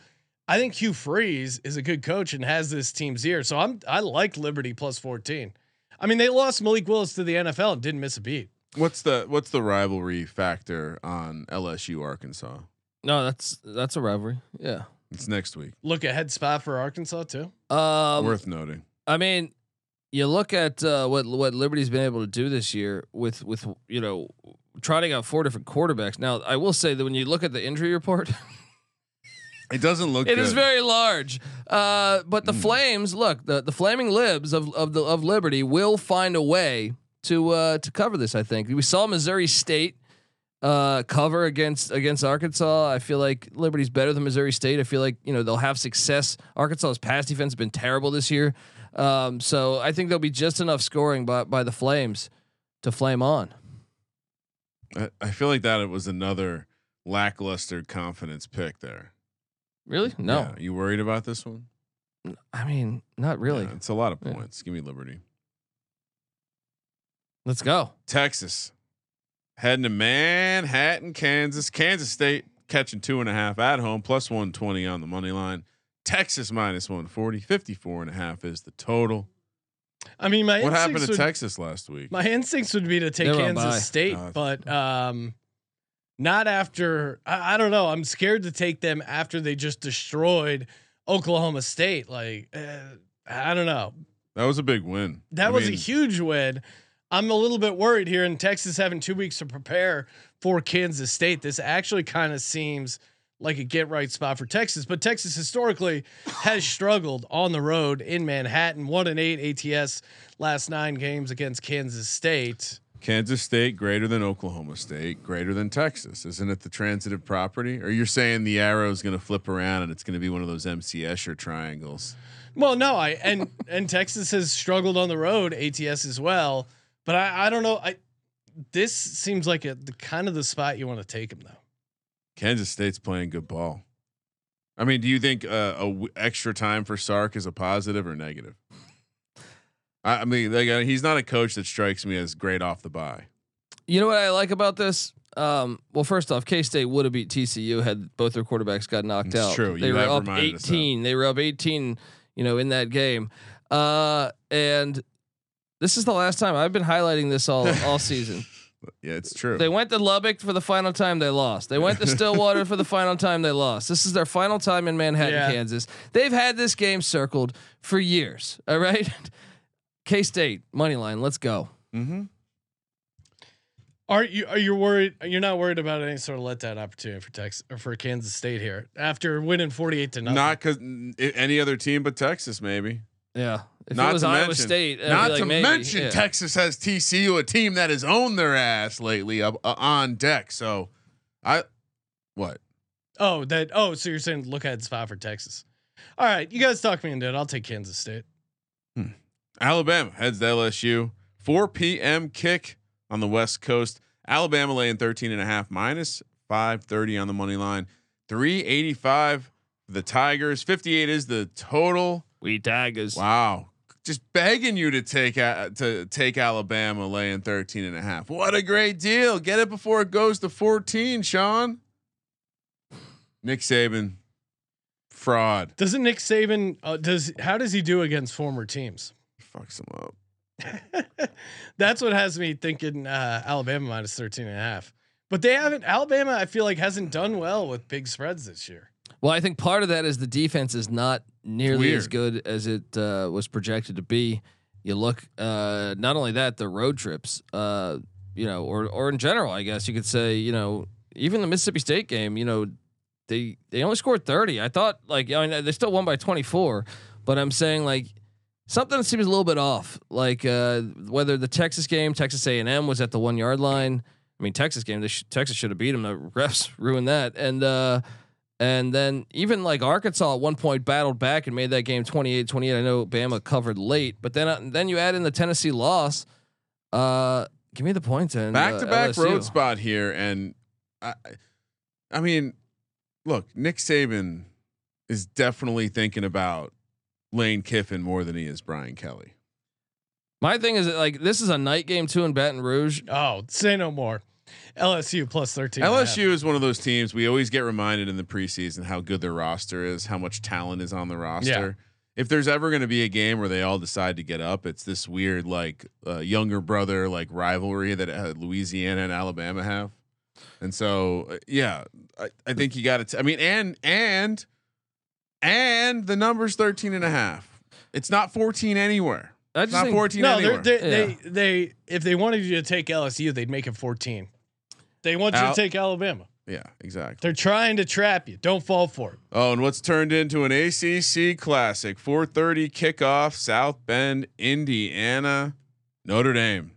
[SPEAKER 1] I think Hugh Freeze is a good coach and has this team's ear. So I'm I like Liberty plus fourteen. I mean, they lost Malik Willis to the NFL and didn't miss a beat.
[SPEAKER 7] What's the what's the rivalry factor on LSU Arkansas?
[SPEAKER 8] No, that's that's a rivalry. Yeah.
[SPEAKER 7] It's next week.
[SPEAKER 1] Look ahead spot for Arkansas too.
[SPEAKER 8] Um,
[SPEAKER 7] Worth noting.
[SPEAKER 8] I mean, you look at uh, what what Liberty's been able to do this year with with you know trotting out four different quarterbacks. Now, I will say that when you look at the injury report,
[SPEAKER 7] It doesn't look.
[SPEAKER 8] it
[SPEAKER 7] good. Hmm.
[SPEAKER 8] is very large. Uh, but the Flames, look, the the flaming libs of of the of Liberty will find a way to uh, to cover this. I think we saw Missouri State uh, cover against against Arkansas. I feel like Liberty's better than Missouri State. I feel like you know they'll have success. Arkansas's pass defense has been terrible this year, um, so I think there'll be just enough scoring by by the Flames to flame on.
[SPEAKER 7] I, I feel like that it was another lackluster confidence pick there.
[SPEAKER 8] Really? No,
[SPEAKER 7] Yeah. You worried about this one?
[SPEAKER 8] I mean not really.
[SPEAKER 7] Yeah, it's a lot of
[SPEAKER 8] Yeah.
[SPEAKER 7] points. Give me Liberty.
[SPEAKER 8] Let's go.
[SPEAKER 7] Texas heading to Manhattan, Kansas. Kansas State catching two and a half at home, plus 120 on the money line. Texas minus 140, 54 and a half is the total.
[SPEAKER 1] I mean, my
[SPEAKER 7] What happened
[SPEAKER 1] instincts
[SPEAKER 7] to
[SPEAKER 1] would,
[SPEAKER 7] Texas last week?
[SPEAKER 1] My instincts would be to take
[SPEAKER 8] They were on bye.
[SPEAKER 1] Kansas State,
[SPEAKER 7] Oh.
[SPEAKER 1] but um, not after. I, I don't know. I'm scared to take them after they just destroyed Oklahoma State. Like, uh, I don't know.
[SPEAKER 7] That was a big win.
[SPEAKER 1] That
[SPEAKER 7] I
[SPEAKER 1] was a
[SPEAKER 7] mean,
[SPEAKER 1] huge win. I'm a little bit worried here in Texas having two weeks to prepare for Kansas State. This actually kind of seems like a get right spot for Texas, but Texas historically has struggled on the road in Manhattan. One and eight ATS last nine games against Kansas State.
[SPEAKER 7] Kansas State greater than Oklahoma State, greater than Texas. Isn't it the transitive property? Or you're saying the arrow is going to flip around and it's going to be one of those MC Escher triangles?
[SPEAKER 1] Well, no, I and and Texas has struggled on the road ATS as well, but I, I don't know. I this seems like a, the kind of the spot you want to take him though.
[SPEAKER 7] Kansas State's playing good ball. I mean, do you think uh, a w- extra time for Sark is a positive or negative? I, I mean, like, uh, he's not a coach that strikes me as great off the buy.
[SPEAKER 8] You know what I like about this? Um, well, first off, K State would have beat TCU had both their quarterbacks got knocked
[SPEAKER 7] It's
[SPEAKER 8] out.
[SPEAKER 7] true.
[SPEAKER 8] They
[SPEAKER 7] You
[SPEAKER 8] were
[SPEAKER 7] have
[SPEAKER 8] up
[SPEAKER 7] reminded us that.
[SPEAKER 8] 18. They were up 18. You know, in that game, uh, and this is the last time I've been highlighting this all all season.
[SPEAKER 7] Yeah, it's true.
[SPEAKER 8] They went to Lubbock for the final time. They lost. They went to Stillwater for the final time. They lost. This is their final time in Manhattan,
[SPEAKER 1] Yeah.
[SPEAKER 8] Kansas. They've had this game circled for years. All right. K State money line. Let's go.
[SPEAKER 7] mm-hmm.
[SPEAKER 1] Are you are you worried? You're not worried about any sort of letdown opportunity for Texas or for Kansas State here after winning 48 to nothing.
[SPEAKER 7] Not because any other team but Texas, maybe.
[SPEAKER 8] Yeah. If
[SPEAKER 7] not
[SPEAKER 8] it was
[SPEAKER 7] to
[SPEAKER 8] Iowa
[SPEAKER 7] mention,
[SPEAKER 8] State. I'd be
[SPEAKER 7] not
[SPEAKER 8] like,
[SPEAKER 7] to
[SPEAKER 8] maybe,
[SPEAKER 7] mention
[SPEAKER 8] yeah.
[SPEAKER 7] Texas has TCU, a team that has owned their ass lately up, uh, on deck. So, I what?
[SPEAKER 1] oh, that. Oh, so you're saying look at spot for Texas? All right, you guys talk me into it. I'll take Kansas State.
[SPEAKER 7] Alabama heads to LSU. 4 p.m. kick on the West Coast. Alabama laying 13 and a half minus 530 on the money line. 385 for the Tigers. 58 is the total.
[SPEAKER 8] We Tigers.
[SPEAKER 7] Wow. Just begging you to take uh, to take Alabama laying 13 and a half. What a great deal. Get it before it goes to 14, Sean. Nick Saban fraud
[SPEAKER 1] Doesn't Nick Saban? Uh, does how does he do against former teams?
[SPEAKER 7] fucks him up.
[SPEAKER 1] That's what has me thinking uh, Alabama minus 13 and a half. But they haven't. Alabama, I feel like, hasn't done well with big spreads this year.
[SPEAKER 8] Well, I think part of that is the defense is not nearly as
[SPEAKER 7] weird.
[SPEAKER 8] good as it uh, was projected to be. You look, uh, not only that, the road trips, uh, you know, or or in general, I guess you could say, you know, even the Mississippi State game, you know, they they only scored thirty. I thought like I mean, they still won by twenty four, but I'm saying like something seems a little bit off. Like uh, whether the Texas game, Texas A&M was at the one yard line. I mean, Texas game, they sh- Texas should have beat them. The refs ruined that, and uh, and then even like Arkansas at one point battled back and made that game 28-28. I know Bama covered late, but then uh, then you add in the Tennessee loss. Uh, give me the points and uh,
[SPEAKER 7] back to back
[SPEAKER 8] LSU.
[SPEAKER 7] road spot here, and I, I mean, look, Nick Saban is definitely thinking about Lane Kiffin more than he is Brian Kelly.
[SPEAKER 8] My thing is that, like this is a night game too in Baton Rouge.
[SPEAKER 1] Oh, say no more. LSU plus 13. and a half.
[SPEAKER 7] LSU is one of those teams we always get reminded in the preseason how good their roster is, how much talent is on the roster. If there's ever going to be a game where they all decide to get up, it's this weird like uh, younger brother like rivalry that uh, Louisiana and Alabama have. And so, uh, yeah, I, I think you got to. I mean, and and and the numbers 13 and a half. It's not 14 anywhere.
[SPEAKER 8] I
[SPEAKER 7] It's
[SPEAKER 8] just
[SPEAKER 7] not
[SPEAKER 8] think
[SPEAKER 7] 14
[SPEAKER 1] No,
[SPEAKER 7] anywhere.
[SPEAKER 1] they're, they they they if they wanted you to take LSU, they'd make it 14. They want you
[SPEAKER 7] Al-
[SPEAKER 1] to take Alabama.
[SPEAKER 7] yeah, exactly.
[SPEAKER 1] They're trying to trap you. Don't fall for it.
[SPEAKER 7] Oh, and what's turned into an ACC classic? 4:30 kickoff, South Bend, Indiana, Notre Dame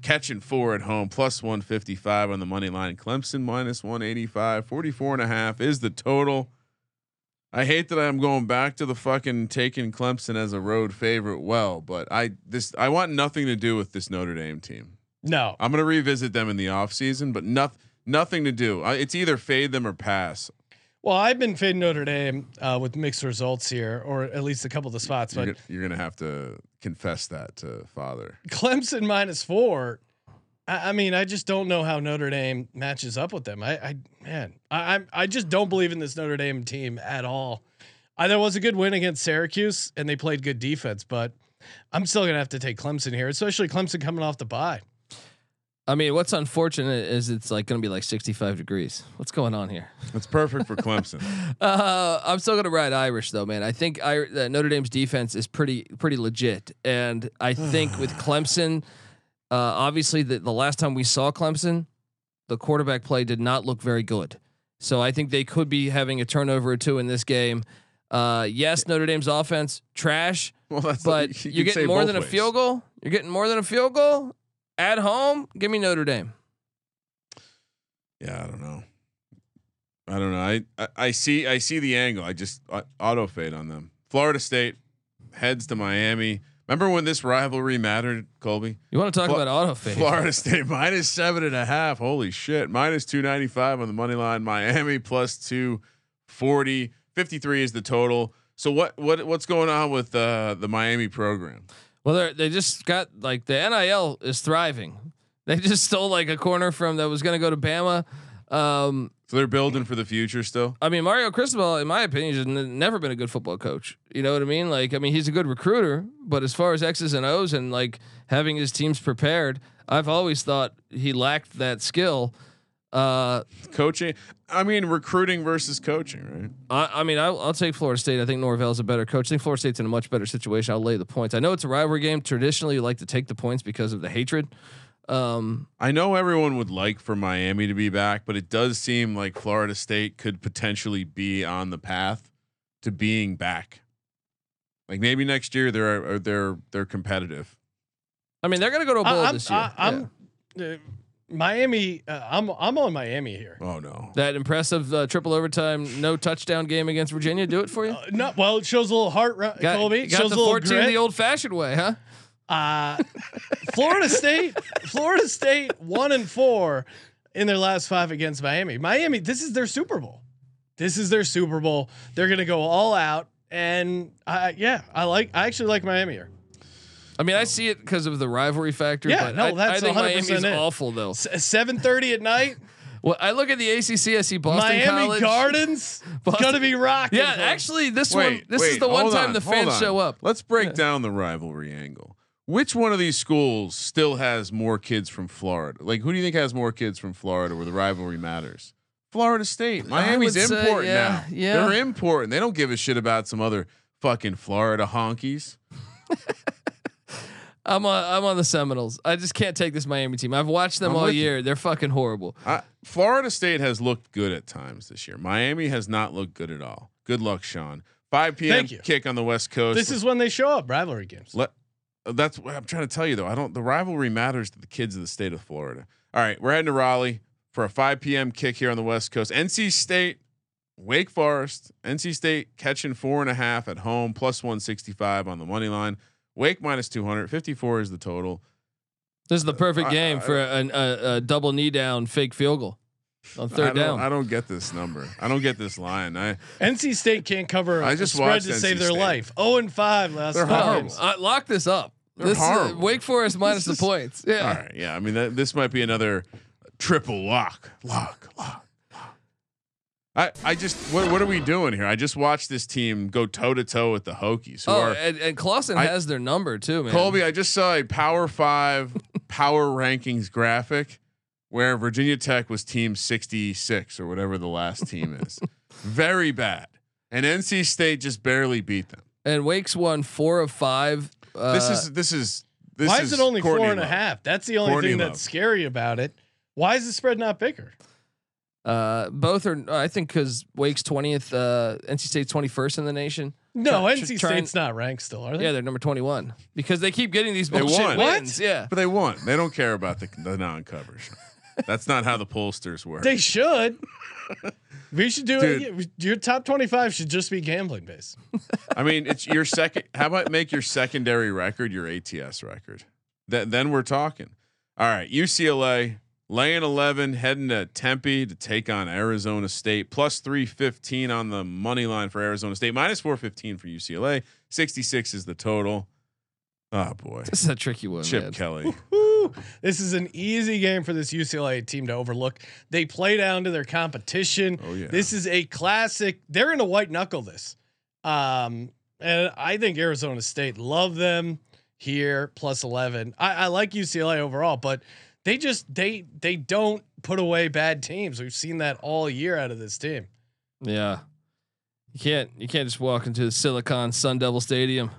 [SPEAKER 7] catching four at home, plus 155 on the money line. Clemson minus 185, 44 and a half is the total. I hate that I'm going back to the fucking taking Clemson as a road favorite. Well, but I this I want nothing to do with this Notre Dame team.
[SPEAKER 1] No.
[SPEAKER 7] I'm gonna revisit them in the offseason, but nothing nothing to do. I, it's either fade them or pass.
[SPEAKER 1] Well, I've been fading Notre Dame uh, with mixed results here, or at least a couple of the spots.
[SPEAKER 7] You're,
[SPEAKER 1] But
[SPEAKER 7] go- you're gonna have to confess that to father.
[SPEAKER 1] Clemson minus four. I, I mean, I just don't know how Notre Dame matches up with them. I, I man, I, I'm I just don't believe in this Notre Dame team at all. I, there was a good win against Syracuse, and they played good defense, but I'm still gonna have to take Clemson here, especially Clemson coming off the bye.
[SPEAKER 8] I mean, what's unfortunate is it's like going to be like 65 degrees. What's going on here?
[SPEAKER 7] That's perfect for Clemson.
[SPEAKER 8] Uh, I'm still gonna ride Irish though, man. I think I, uh, Notre Dame's defense is pretty pretty legit, and I think with Clemson, uh, obviously the, the last time we saw Clemson, the quarterback play did not look very good. So I think they could be having a turnover or two in this game. Uh, yes, Notre Dame's offense trash,
[SPEAKER 7] Well, that's
[SPEAKER 8] but
[SPEAKER 7] you
[SPEAKER 8] you're
[SPEAKER 7] could say
[SPEAKER 8] getting more
[SPEAKER 7] both
[SPEAKER 8] than a
[SPEAKER 7] ways.
[SPEAKER 8] field goal. You're getting more than a field goal at home. Give me Notre Dame.
[SPEAKER 7] Yeah, I don't know. I don't know. I, I I see I see the angle. I just uh, auto fade on them. Florida State heads to Miami. Remember when this rivalry mattered, Colby?
[SPEAKER 8] You want to talk
[SPEAKER 7] Fla-
[SPEAKER 8] about auto fade?
[SPEAKER 7] Florida State minus seven and a half. Holy shit. Minus 295 on the money line. Miami plus 240. 53 is the total. So what what what's going on with uh, the Miami program?
[SPEAKER 8] Well, they're- they just got like the NIL is thriving. They just stole like a corner from that was going to go to Bama. Uh, Um,
[SPEAKER 7] So they're building for the future still.
[SPEAKER 8] I mean, Mario Cristobal, in my opinion, has n- never been a good football coach. You know what I mean? Like, I mean, he's a good recruiter, but as far as X's and O's and like having his teams prepared, I've always thought he lacked that skill. Uh,
[SPEAKER 7] Coaching, I mean, recruiting versus coaching, right?
[SPEAKER 8] I, I mean, I'll, I'll take Florida State. I think Norvell's a better coach. I think Florida State's in a much better situation. I'll lay the points. I know it's a rivalry game. Traditionally, you like to take the points because of the hatred. Um,
[SPEAKER 7] I know everyone would like for Miami to be back, but it does seem like Florida State could potentially be on the path to being back. Like maybe next year they're are- they're they're competitive.
[SPEAKER 8] I mean, they're going to go to a bowl
[SPEAKER 1] I, am
[SPEAKER 8] this year. Yeah.
[SPEAKER 1] uh, Miami. Uh, I'm I'm on Miami here.
[SPEAKER 7] Oh no.
[SPEAKER 8] That impressive uh, triple overtime, no touchdown game against Virginia. Do it for you.
[SPEAKER 1] Uh, no, well, it shows a little heart, ru-
[SPEAKER 8] got,
[SPEAKER 1] Colby.
[SPEAKER 8] got
[SPEAKER 1] shows a
[SPEAKER 8] the
[SPEAKER 1] little
[SPEAKER 8] 14
[SPEAKER 1] grit.
[SPEAKER 8] the old-fashioned way, huh?
[SPEAKER 1] Uh, Florida State, Florida State, one and four in their last five against Miami. Miami, this is their Super Bowl. This is their Super Bowl. They're gonna go all out, and I, yeah, I like. I actually like Miami here.
[SPEAKER 8] I mean, I see it because of the rivalry factor.
[SPEAKER 1] Yeah,
[SPEAKER 8] but
[SPEAKER 1] no,
[SPEAKER 8] I, I
[SPEAKER 1] that's
[SPEAKER 8] think
[SPEAKER 1] 100%
[SPEAKER 8] Miami's
[SPEAKER 1] it.
[SPEAKER 8] awful though.
[SPEAKER 1] Seven thirty at night,
[SPEAKER 8] Well, I look at the ACC. I see E Boston
[SPEAKER 1] Miami
[SPEAKER 8] College.
[SPEAKER 1] Gardens
[SPEAKER 8] Boston-
[SPEAKER 1] gonna be rocking.
[SPEAKER 8] Yeah,
[SPEAKER 1] folks.
[SPEAKER 8] actually, this one. This is the one
[SPEAKER 7] hold
[SPEAKER 8] time
[SPEAKER 7] on,
[SPEAKER 8] the
[SPEAKER 7] hold
[SPEAKER 8] fans
[SPEAKER 7] on.
[SPEAKER 8] show up.
[SPEAKER 7] Let's break down the rivalry angle. Which one of these schools still has more kids from Florida? Like, who do you think has more kids from Florida where the rivalry matters? Florida State. Miami's
[SPEAKER 8] would say,
[SPEAKER 7] important
[SPEAKER 8] yeah,
[SPEAKER 7] now.
[SPEAKER 8] yeah.
[SPEAKER 7] They're important. They don't give a shit about some other fucking Florida honkies.
[SPEAKER 8] I'm on. I'm on the Seminoles. I just can't take this Miami team. I've watched them
[SPEAKER 7] I'm
[SPEAKER 8] all
[SPEAKER 7] with you.
[SPEAKER 8] year. They're fucking horrible.
[SPEAKER 7] I, Florida State has looked good at times this year. Miami has not looked good at all. Good luck, Sean. 5 p.m.
[SPEAKER 1] Thank you.
[SPEAKER 7] kick on the West Coast.
[SPEAKER 1] this is when they show up rivalry games.
[SPEAKER 7] Let, uh, that's what I'm trying to tell you though. I don't. The rivalry matters to the kids of the state of Florida. All right, we're heading to Raleigh for a 5 p.m. kick here on the West Coast. NC State, Wake Forest. NC State catching four and a half at home, plus 165 on the money line. Wake minus 200. 54 is the total.
[SPEAKER 8] This is the perfect
[SPEAKER 7] Uh, I-
[SPEAKER 8] game
[SPEAKER 7] I-
[SPEAKER 8] for a, a, a double knee down fake field goal on
[SPEAKER 7] I don't,
[SPEAKER 8] third down.
[SPEAKER 7] I don't get this number. I don't get this line. I
[SPEAKER 1] NC State can't cover a
[SPEAKER 7] I just
[SPEAKER 1] spread
[SPEAKER 7] watched
[SPEAKER 1] to save
[SPEAKER 7] NC
[SPEAKER 1] their
[SPEAKER 7] State.
[SPEAKER 1] life. Zero and five last
[SPEAKER 7] They're
[SPEAKER 1] five.
[SPEAKER 8] Oh,
[SPEAKER 7] horrible.
[SPEAKER 8] I- lock this up.
[SPEAKER 7] They're
[SPEAKER 8] this is-
[SPEAKER 7] horrible.
[SPEAKER 8] Wake Forest minus the
[SPEAKER 7] is-
[SPEAKER 8] points. Yeah.
[SPEAKER 7] All right. Yeah. I mean, that, this might be another triple lock, lock, lock, lock. I, I just, what, what are we doing here? I just watched this team go toe to toe with the Hokies. Who
[SPEAKER 8] Oh,
[SPEAKER 7] are,
[SPEAKER 8] and, and Clausen
[SPEAKER 7] I-
[SPEAKER 8] has their number too, man.
[SPEAKER 7] Colby, I just saw a Power Five power rankings graphic where Virginia Tech was team 66 or whatever the last team is. Very bad. And NC State just barely beat them.
[SPEAKER 8] and Wake's won four of five. Uh,
[SPEAKER 7] This is, this is, this
[SPEAKER 1] Why is it only
[SPEAKER 7] Courtney
[SPEAKER 1] four and a half?
[SPEAKER 7] Love.
[SPEAKER 1] That's the only
[SPEAKER 7] Courtney
[SPEAKER 1] thing
[SPEAKER 7] Love.
[SPEAKER 1] that's scary about it. Why is the spread not bigger?
[SPEAKER 8] uh, both are. I think because Wake's twentieth, uh, NC State's twenty first in the nation.
[SPEAKER 1] No,
[SPEAKER 8] Try-
[SPEAKER 1] NC
[SPEAKER 8] try and-
[SPEAKER 1] State's not ranked still, are they?
[SPEAKER 8] Yeah, they're number twenty one because they keep getting these
[SPEAKER 7] They
[SPEAKER 8] bullshit
[SPEAKER 7] won. What?
[SPEAKER 8] wins. Yeah,
[SPEAKER 7] But they won. They don't care about the, the non covers. That's not how the pollsters work.
[SPEAKER 1] They should. we should do
[SPEAKER 7] Dude.
[SPEAKER 1] it. again. Your top twenty-five should just be gambling based.
[SPEAKER 7] I mean, it's your second. How about make your secondary record your ATS record? That then we're talking. All right, UCLA laying eleven, heading to Tempe to take on Arizona State. Plus three fifteen on the money line for Arizona State. Minus four fifteen for UCLA. Sixty six is the total. Oh boy,
[SPEAKER 8] this is a tricky one.
[SPEAKER 7] Chip
[SPEAKER 8] man.
[SPEAKER 7] Kelly.
[SPEAKER 1] Woo. This is an easy game for this UCLA team to overlook. They play down to their competition.
[SPEAKER 7] Oh, yeah.
[SPEAKER 1] This is a classic. They're in a white knuckle this. Um, and I think Arizona State love them here plus 11. I, I like UCLA overall, but they just they they don't put away bad teams. We've seen that all year out of this team.
[SPEAKER 8] Yeah, you can't you can't just walk into the Silicon Sun Devil Stadium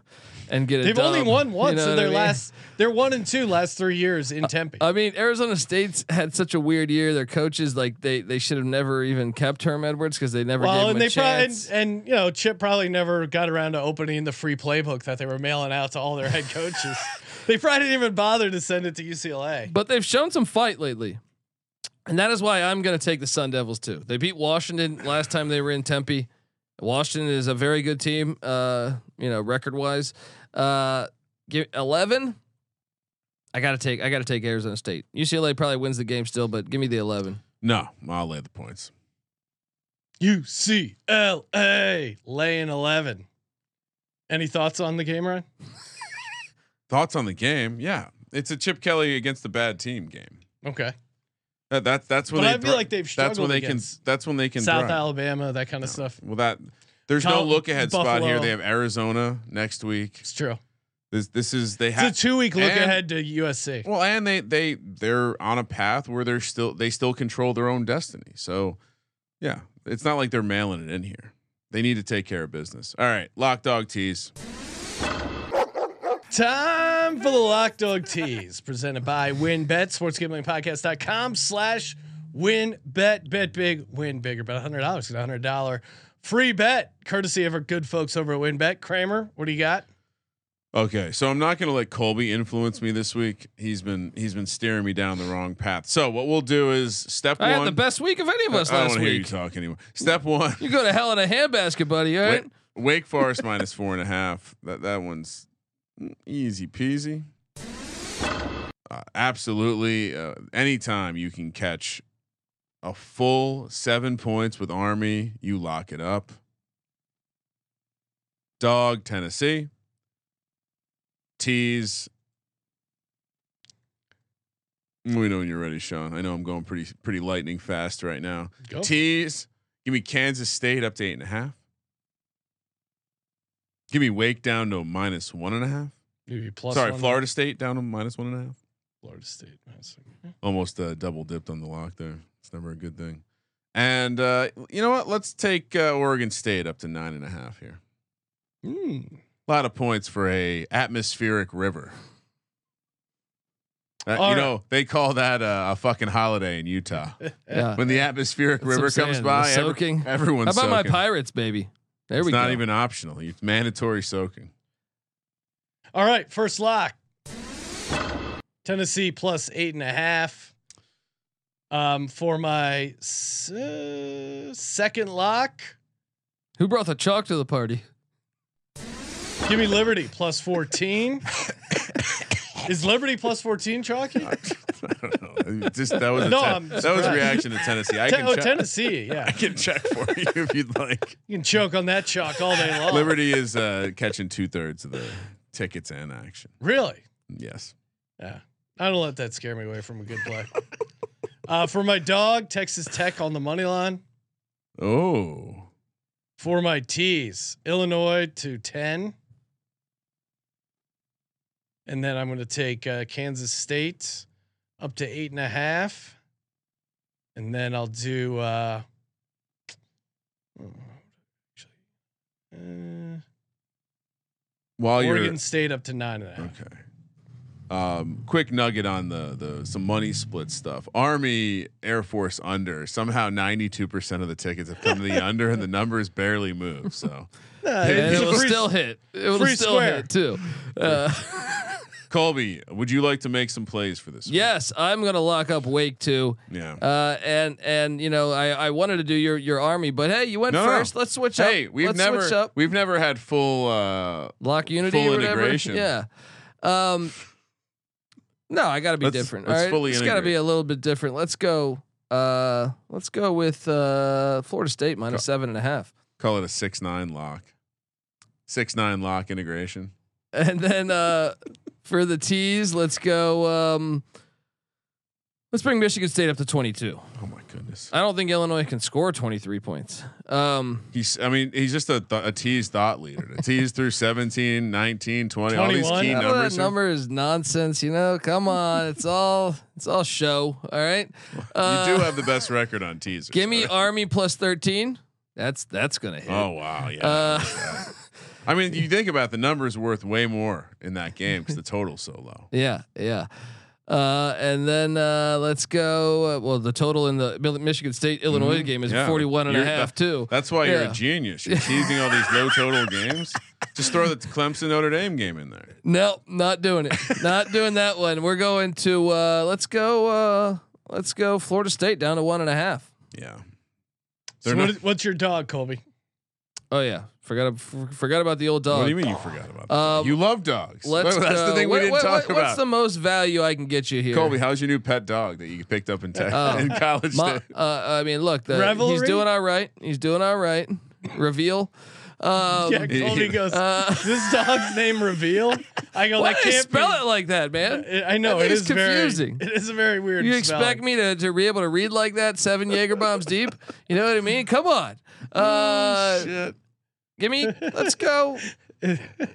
[SPEAKER 8] and get a.
[SPEAKER 1] They've only
[SPEAKER 8] dub.
[SPEAKER 1] won
[SPEAKER 8] You
[SPEAKER 1] once
[SPEAKER 8] know
[SPEAKER 1] in
[SPEAKER 8] what
[SPEAKER 1] their
[SPEAKER 8] I mean? Uh,
[SPEAKER 1] last they're one and two last 3 years in Tempe.
[SPEAKER 8] I mean, Arizona State's had such a weird year. Their coaches, like they, they should have never even kept Herm Edwards because they never
[SPEAKER 1] Well,
[SPEAKER 8] gave him
[SPEAKER 1] and
[SPEAKER 8] a
[SPEAKER 1] they probably
[SPEAKER 8] chance.
[SPEAKER 1] and, and you know Chip probably never got around to opening the free playbook that they were mailing out to all their head coaches. they probably didn't even bother to send it to UCLA.
[SPEAKER 8] but they've shown some fight lately. And that is why I'm going to take the Sun Devils too. They beat Washington last time they were in Tempe. Washington is a very good team, uh, you know, record wise. Uh, give eleven. I gotta take. I gotta take Arizona State. UCLA probably wins the game still, but give me the eleven.
[SPEAKER 7] No, I'll lay the points.
[SPEAKER 1] UCLA laying eleven. Any thoughts on the game, Ryan?
[SPEAKER 7] Thoughts on the game? Yeah, it's a Chip Kelly against a bad team game.
[SPEAKER 1] Okay.
[SPEAKER 7] That, that that's when
[SPEAKER 1] But
[SPEAKER 7] they
[SPEAKER 1] I feel
[SPEAKER 7] thri-
[SPEAKER 1] like they've
[SPEAKER 7] That's when
[SPEAKER 1] struggled
[SPEAKER 7] they
[SPEAKER 1] against
[SPEAKER 7] can. That's when they can.
[SPEAKER 1] South
[SPEAKER 7] thrive.
[SPEAKER 1] Alabama, that kind of stuff.
[SPEAKER 7] Well, that there's no
[SPEAKER 1] Col-
[SPEAKER 7] look ahead spot here.
[SPEAKER 1] Buffalo.
[SPEAKER 7] They have Arizona next week.
[SPEAKER 1] It's true.
[SPEAKER 7] This this is they have
[SPEAKER 1] It's a two week look
[SPEAKER 7] and-
[SPEAKER 1] ahead to USC.
[SPEAKER 7] Well, and they they they're on a path where they're still they still control their own destiny. So, yeah, it's not like they're mailing it in here. They need to take care of business. All right, lock dog tease.
[SPEAKER 1] Time for the Lock Dog Tease presented by WinBet, sportsgamblingpodcast.com slash win bet. Bet big, win bigger. Bet $100. Get a $100 free bet courtesy of our good folks over at WinBet. Kramer, what do you got?
[SPEAKER 7] Okay, so I'm not going to let Colby influence me this week. He's been he's been steering me down the wrong path. So what we'll do is step
[SPEAKER 8] I
[SPEAKER 7] one.
[SPEAKER 8] had the best week of any of
[SPEAKER 7] I
[SPEAKER 8] us
[SPEAKER 7] don't
[SPEAKER 8] last
[SPEAKER 7] wanna hear you
[SPEAKER 8] week.
[SPEAKER 7] talk anymore. Step one.
[SPEAKER 8] You go to hell in a handbasket, buddy. All right.
[SPEAKER 7] Wa- Wake Forest minus four and a half. That that one's easy peasy. Uh, absolutely. Uh, anytime you can catch a full seven points with Army, you lock it up. Dog Tennessee. Tease. We know when you're ready, Sean. I know I'm going pretty pretty lightning fast right now.
[SPEAKER 8] Oh.
[SPEAKER 1] Go.
[SPEAKER 7] Tease. Give me Kansas State up to eight and a half. Give me Wake down to minus one and a half.
[SPEAKER 1] Give you plus
[SPEAKER 7] Sorry,
[SPEAKER 1] one.
[SPEAKER 7] Florida State down to minus one and a half.
[SPEAKER 1] Florida State. That's-
[SPEAKER 7] Almost uh, double dipped on the lock there. It's never a good thing. And uh, you know what? Let's take uh, Oregon State up to nine and a half here.
[SPEAKER 1] Hmm.
[SPEAKER 8] Mm.
[SPEAKER 7] A lot of points for a atmospheric river. Uh, you
[SPEAKER 1] All right.
[SPEAKER 7] know they call that uh, a fucking holiday in Utah
[SPEAKER 8] Yeah.
[SPEAKER 7] when the atmospheric
[SPEAKER 8] That's what
[SPEAKER 7] river
[SPEAKER 8] I'm
[SPEAKER 7] comes
[SPEAKER 8] saying, the
[SPEAKER 7] by. every-
[SPEAKER 8] soaking.
[SPEAKER 7] everyone's
[SPEAKER 8] How about my
[SPEAKER 7] soaking.
[SPEAKER 8] pirates, baby? There
[SPEAKER 7] it's
[SPEAKER 8] we go.
[SPEAKER 7] not even optional. It's mandatory soaking.
[SPEAKER 1] All right, first lock. Tennessee plus eight and a half. Um, for my s- uh, second lock,
[SPEAKER 8] Who brought the chalk to the party?
[SPEAKER 1] give me Liberty plus fourteen. Is Liberty plus fourteen chalky?
[SPEAKER 7] I don't know. Just that was a
[SPEAKER 1] No,
[SPEAKER 7] ten-
[SPEAKER 1] I'm
[SPEAKER 7] that was a
[SPEAKER 1] surprised.
[SPEAKER 7] reaction to Tennessee. I
[SPEAKER 1] Te-
[SPEAKER 7] can
[SPEAKER 1] oh,
[SPEAKER 7] check,
[SPEAKER 1] Tennessee. Yeah,
[SPEAKER 7] I can check for you if you'd like.
[SPEAKER 1] you can choke on that chalk all day long.
[SPEAKER 7] Liberty is uh, catching two thirds of the tickets and action.
[SPEAKER 1] Really?
[SPEAKER 7] Yes.
[SPEAKER 1] Yeah. I don't let that scare me away from a good play. Uh, for my dog, Texas Tech on the money line.
[SPEAKER 7] Oh,
[SPEAKER 1] For my tees, Illinois to 10. And then I'm going to take uh, Kansas State up to eight and a half. And then I'll do. Uh, uh,
[SPEAKER 7] while
[SPEAKER 1] Oregon State up to nine and a half.
[SPEAKER 7] you're okay. Um, quick nugget on the the some money split stuff. Army Air Force under somehow ninety two percent of the tickets have come to the under, and the numbers barely move. So
[SPEAKER 1] Nah,
[SPEAKER 8] And
[SPEAKER 1] it's
[SPEAKER 8] it
[SPEAKER 1] a
[SPEAKER 8] will
[SPEAKER 1] free-
[SPEAKER 8] still hit. It will
[SPEAKER 1] free
[SPEAKER 8] still
[SPEAKER 1] square.
[SPEAKER 8] hit too. Uh,
[SPEAKER 7] Colby, would you like to make some plays for this? week?
[SPEAKER 8] yes, I'm gonna lock up Wake too.
[SPEAKER 7] Yeah.
[SPEAKER 8] Uh, and and you know I, I wanted to do your your army, but hey, you went
[SPEAKER 7] No, no.
[SPEAKER 8] first. Let's switch up.
[SPEAKER 7] Hey, we've
[SPEAKER 8] Let's switch
[SPEAKER 7] never
[SPEAKER 8] up.
[SPEAKER 7] we've never had full uh
[SPEAKER 8] lock unity
[SPEAKER 7] full
[SPEAKER 8] or whatever.
[SPEAKER 7] integration.
[SPEAKER 8] Yeah. Um, no, I got to be
[SPEAKER 7] Let's-
[SPEAKER 8] different.
[SPEAKER 7] let's
[SPEAKER 8] all right,
[SPEAKER 7] fully
[SPEAKER 8] it's got to be
[SPEAKER 7] integrate.
[SPEAKER 8] a little bit different. Let's go. Uh, let's go with uh Florida State minus seven and a half.
[SPEAKER 7] call it a six nine lock. Six nine lock integration.
[SPEAKER 8] And then uh, for the tees, let's go. Um, let's bring Michigan State up to 22.
[SPEAKER 7] Oh my goodness.
[SPEAKER 8] I don't think Illinois can score 23 points. Um,
[SPEAKER 7] He's I mean, he's just a th- a tease thought leader. A tease through 17, 19, 20, all these
[SPEAKER 1] 21.
[SPEAKER 7] key
[SPEAKER 1] Yeah,
[SPEAKER 8] all
[SPEAKER 7] numbers.
[SPEAKER 8] that number is nonsense. You know, come on, it's all it's all show. All right. Uh,
[SPEAKER 7] you do have the best record on teasers.
[SPEAKER 8] Give me
[SPEAKER 7] right?
[SPEAKER 8] Army plus 13. That's that's gonna hit.
[SPEAKER 7] Oh wow, yeah.
[SPEAKER 8] Uh,
[SPEAKER 7] I mean, you think about it, the numbers worth way more in that game because the total's so low.
[SPEAKER 8] yeah, yeah. Uh, and then uh, let's go. Uh, well, the total in the Mil- Michigan State Illinois game is
[SPEAKER 7] Mm-hmm. Yeah.
[SPEAKER 8] 41 and a
[SPEAKER 7] You're-
[SPEAKER 8] half
[SPEAKER 7] that-
[SPEAKER 8] too.
[SPEAKER 7] That's why you're
[SPEAKER 8] Yeah.
[SPEAKER 7] a genius. You're teasing all these low total games. Just throw the Clemson Notre Dame game in there.
[SPEAKER 8] Nope, not doing it. not doing that one. We're going to uh let's go uh let's go Florida State down to one and a half.
[SPEAKER 7] Yeah.
[SPEAKER 1] So
[SPEAKER 7] They're
[SPEAKER 1] what
[SPEAKER 7] not-
[SPEAKER 1] is- what's your dog, Colby?
[SPEAKER 8] Oh yeah. Forgot f- forgot about the old dog.
[SPEAKER 7] What do you mean you forgot about that?
[SPEAKER 8] Um,
[SPEAKER 7] you love dogs.
[SPEAKER 8] Let's uh,
[SPEAKER 7] That's
[SPEAKER 8] go.
[SPEAKER 7] the thing we
[SPEAKER 8] What-
[SPEAKER 7] didn't
[SPEAKER 8] what-
[SPEAKER 7] talk
[SPEAKER 8] what- What's
[SPEAKER 7] about.
[SPEAKER 8] the most value I can get you here?
[SPEAKER 7] Colby, how's your new pet dog that you picked up in tech
[SPEAKER 8] Oh.
[SPEAKER 7] in college?
[SPEAKER 8] Ma-
[SPEAKER 7] there?
[SPEAKER 8] uh, I mean, look, the, he's
[SPEAKER 1] Revelry?
[SPEAKER 8] doing all right. He's doing all right. Reveal. Um,
[SPEAKER 1] Yeah, Colby goes.
[SPEAKER 8] uh,
[SPEAKER 1] this dog's name reveal. I go.
[SPEAKER 8] why
[SPEAKER 1] that
[SPEAKER 8] do they
[SPEAKER 1] can't
[SPEAKER 8] spell
[SPEAKER 1] be.
[SPEAKER 8] it like that, man?
[SPEAKER 1] I- I know
[SPEAKER 8] That
[SPEAKER 1] it
[SPEAKER 8] thing's
[SPEAKER 1] is
[SPEAKER 8] confusing.
[SPEAKER 1] Very, it is a very weird.
[SPEAKER 8] You expect me to, to be able to read like that, seven Jaeger bombs deep? You know what I mean? Come on.
[SPEAKER 7] Oh,
[SPEAKER 8] Uh,
[SPEAKER 7] Shit.
[SPEAKER 8] give me. Let's go.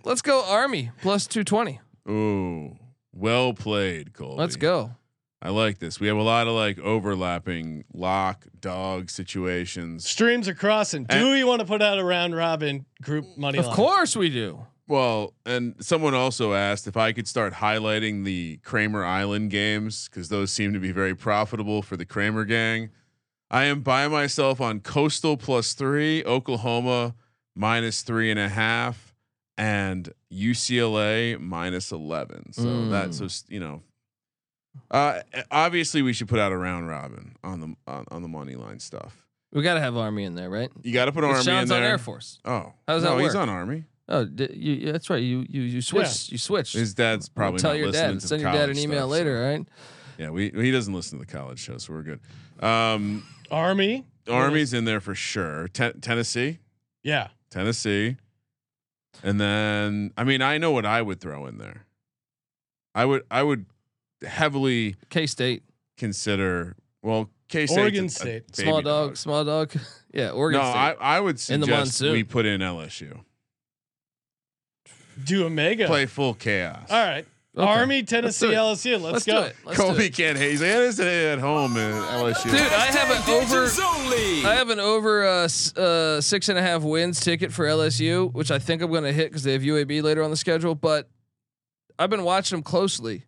[SPEAKER 8] Let's go. Army plus two twenty.
[SPEAKER 7] Ooh, well played, Colby.
[SPEAKER 8] Let's go.
[SPEAKER 7] I like this. We have a lot of like overlapping lock dog situations.
[SPEAKER 1] Streams are crossing. Do
[SPEAKER 7] And-
[SPEAKER 1] we want to put out a round robin group money?
[SPEAKER 8] Of
[SPEAKER 1] line?
[SPEAKER 8] course we do.
[SPEAKER 7] Well, and someone also asked if I could start highlighting the Kramer Island games because those seem to be very profitable for the Kramer gang. I am by myself on Coastal plus three, Oklahoma minus three and a half, and UCLA minus eleven. So
[SPEAKER 8] Mm.
[SPEAKER 7] that's just you know. Uh, obviously, we should put out a round robin on the on, on the money line stuff.
[SPEAKER 8] We got to have Army in there, right?
[SPEAKER 7] You got to put
[SPEAKER 8] But
[SPEAKER 7] Army
[SPEAKER 8] Sean's
[SPEAKER 7] in
[SPEAKER 8] on
[SPEAKER 7] there.
[SPEAKER 8] Air Force.
[SPEAKER 7] Oh,
[SPEAKER 8] How does
[SPEAKER 7] no,
[SPEAKER 8] that
[SPEAKER 7] He's
[SPEAKER 8] work?
[SPEAKER 7] on Army.
[SPEAKER 8] Oh, d- you, you- that's right. You you you switched. You switched.
[SPEAKER 7] His dad's probably
[SPEAKER 8] tell
[SPEAKER 7] not
[SPEAKER 8] your
[SPEAKER 7] listening
[SPEAKER 8] dad.
[SPEAKER 7] to
[SPEAKER 8] Send
[SPEAKER 7] the
[SPEAKER 8] your dad an
[SPEAKER 7] college
[SPEAKER 8] email
[SPEAKER 7] stuff, so-
[SPEAKER 8] later. All right.
[SPEAKER 7] Yeah, we he doesn't listen to the college show, so we're good. Um,
[SPEAKER 1] Army.
[SPEAKER 7] Army's in there for sure. Ten- Tennessee,
[SPEAKER 1] Yeah.
[SPEAKER 7] Tennessee, and then I mean I know what I would throw in there. I would I would heavily
[SPEAKER 8] K State.
[SPEAKER 7] consider well K State,
[SPEAKER 1] Oregon State.
[SPEAKER 8] Small dog, Small dog. yeah. Oregon
[SPEAKER 7] no,
[SPEAKER 8] State.
[SPEAKER 7] I I would
[SPEAKER 8] In the
[SPEAKER 7] suggest
[SPEAKER 8] monsoon.
[SPEAKER 7] we put in LSU.
[SPEAKER 1] Do Omega.
[SPEAKER 7] Play full chaos.
[SPEAKER 1] All right.
[SPEAKER 8] Okay.
[SPEAKER 1] Army,
[SPEAKER 8] do
[SPEAKER 1] Tennessee,
[SPEAKER 8] it.
[SPEAKER 1] LSU. Let's,
[SPEAKER 8] Let's,
[SPEAKER 1] go.
[SPEAKER 8] do it. Let's do
[SPEAKER 7] Kobe
[SPEAKER 8] it.
[SPEAKER 7] can't hate. He's like, I didn't say that at home in LSU.
[SPEAKER 8] Dude, I have an over. I have an over uh, s- uh, six and a half wins ticket for LSU, which I think I'm going to hit because they have UAB later on the schedule. But I've been watching them closely.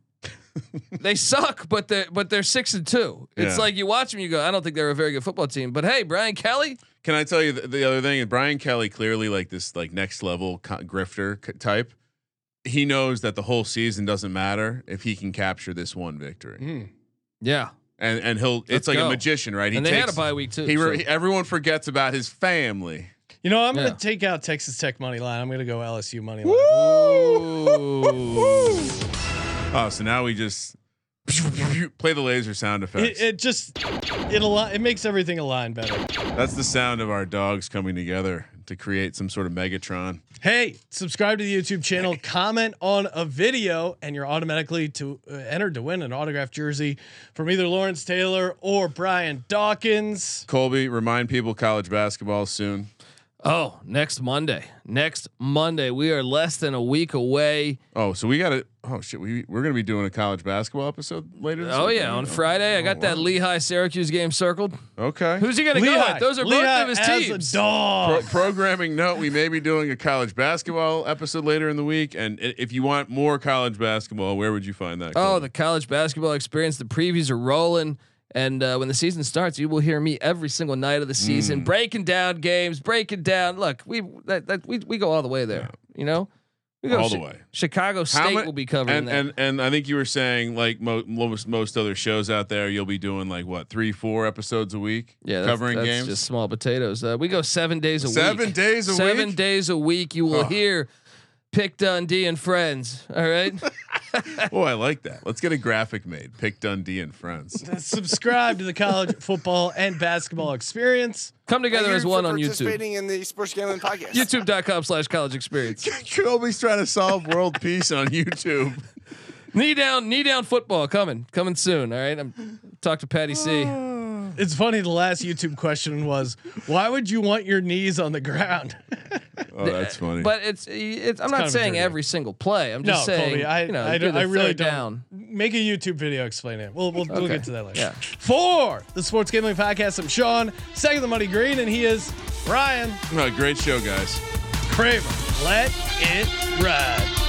[SPEAKER 8] they suck, but they're but they're six and two. It's
[SPEAKER 7] Yeah.
[SPEAKER 8] like you watch them, you go, I don't think they're a very good football team. But hey, Brian Kelly,
[SPEAKER 7] Can I tell you the, the other thing? Brian Kelly clearly like this like next level co- grifter c- type. He knows that the whole season doesn't matter if he can capture this one victory,
[SPEAKER 1] Mm.
[SPEAKER 8] yeah,
[SPEAKER 7] and and he'll.
[SPEAKER 8] Hmm. Let's
[SPEAKER 7] it's like
[SPEAKER 8] go.
[SPEAKER 7] a magician, right? He
[SPEAKER 8] and they had a bye week too.
[SPEAKER 7] he, re-
[SPEAKER 8] so-
[SPEAKER 7] he- everyone forgets about his family.
[SPEAKER 1] You know, I'm
[SPEAKER 8] Yeah.
[SPEAKER 1] going to take out Texas Tech money line. I'm going to go LSU money line.
[SPEAKER 8] Ooh.
[SPEAKER 7] Oh, so now we just play the laser sound
[SPEAKER 1] It,
[SPEAKER 7] effects.
[SPEAKER 1] it just it align, it makes everything align better.
[SPEAKER 7] That's the sound of our dogs coming together to create some sort of Megatron.
[SPEAKER 1] Hey, subscribe to the YouTube channel, comment on a video, and you're automatically to uh, entered to win an autographed jersey from either Lawrence Taylor or Brian Dawkins.
[SPEAKER 7] Colby, remind people college basketball soon.
[SPEAKER 8] Oh, next Monday. Next Monday. We are less than a week away.
[SPEAKER 7] Oh, so we got to. Oh shit, we we're gonna be doing a college basketball episode later. This
[SPEAKER 8] Oh
[SPEAKER 7] weekend?
[SPEAKER 8] yeah, on Friday I
[SPEAKER 7] Oh,
[SPEAKER 8] got that
[SPEAKER 7] wow.
[SPEAKER 8] Lehigh Syracuse game circled.
[SPEAKER 7] Okay.
[SPEAKER 8] Who's he gonna go
[SPEAKER 1] Lehigh,
[SPEAKER 8] with? Those are
[SPEAKER 1] Lehigh
[SPEAKER 8] both of his
[SPEAKER 1] as a
[SPEAKER 8] teams.
[SPEAKER 7] Pro-
[SPEAKER 1] dog.
[SPEAKER 7] programming note: We may be doing a college basketball episode later in the week, and i- if you want more college basketball, where would you find that?
[SPEAKER 8] Oh,
[SPEAKER 7] Colby?
[SPEAKER 8] the college basketball experience. The previews are rolling. And uh, when the season starts, you will hear me every single night of the season
[SPEAKER 7] Mm.
[SPEAKER 8] breaking down games, breaking down. Look, we that, that, we we go all the way there. You know, we go
[SPEAKER 7] All
[SPEAKER 8] Chi-
[SPEAKER 7] the way.
[SPEAKER 8] Chicago
[SPEAKER 7] How
[SPEAKER 8] State
[SPEAKER 7] mu-
[SPEAKER 8] will be covering
[SPEAKER 7] and,
[SPEAKER 8] that.
[SPEAKER 7] and and I think you were saying like mo- most most other shows out there, you'll be doing like what three, four episodes a week,
[SPEAKER 8] yeah, that's,
[SPEAKER 7] covering
[SPEAKER 8] that's
[SPEAKER 7] games.
[SPEAKER 8] just small potatoes. Uh, we go seven days a week.
[SPEAKER 7] Seven days a
[SPEAKER 8] seven
[SPEAKER 7] week?
[SPEAKER 8] days a week. You will
[SPEAKER 7] Ugh.
[SPEAKER 8] hear Pick Dundee and friends. All right.
[SPEAKER 7] oh, I like that. Let's get a graphic made. Pick Dundee and friends.
[SPEAKER 1] subscribe to the college football and basketball experience.
[SPEAKER 8] Come together
[SPEAKER 3] Thank
[SPEAKER 8] as
[SPEAKER 3] you
[SPEAKER 8] one
[SPEAKER 3] for
[SPEAKER 8] on YouTube.
[SPEAKER 3] Participating in the Sports Gambling Podcast.
[SPEAKER 8] YouTube.com slash college experience.
[SPEAKER 7] Kobe's trying to solve world peace on YouTube.
[SPEAKER 8] knee down, knee down football coming, coming soon. All right. I'm talk to Patty C.
[SPEAKER 1] It's funny. The last YouTube question was, "Why would you want your knees on the ground?"
[SPEAKER 7] Oh, that's funny.
[SPEAKER 8] But it's, it's I'm
[SPEAKER 1] kind of
[SPEAKER 8] not
[SPEAKER 1] a
[SPEAKER 8] saying
[SPEAKER 1] dirty-
[SPEAKER 8] every single play. I'm just
[SPEAKER 1] no,
[SPEAKER 8] saying,
[SPEAKER 1] Colby, I,
[SPEAKER 8] you know,
[SPEAKER 1] I,
[SPEAKER 8] do
[SPEAKER 1] don't,
[SPEAKER 8] the
[SPEAKER 1] I really
[SPEAKER 8] third
[SPEAKER 1] don't.
[SPEAKER 8] down.
[SPEAKER 1] Make a YouTube video explaining it. We'll we'll, we'll
[SPEAKER 8] Okay.
[SPEAKER 1] get to that later.
[SPEAKER 8] Yeah.
[SPEAKER 1] For the Sports Gambling Podcast, I'm Sean, second the Money Green, and he is Brian
[SPEAKER 7] Oh, great show, guys.
[SPEAKER 1] Kramer. Let it ride.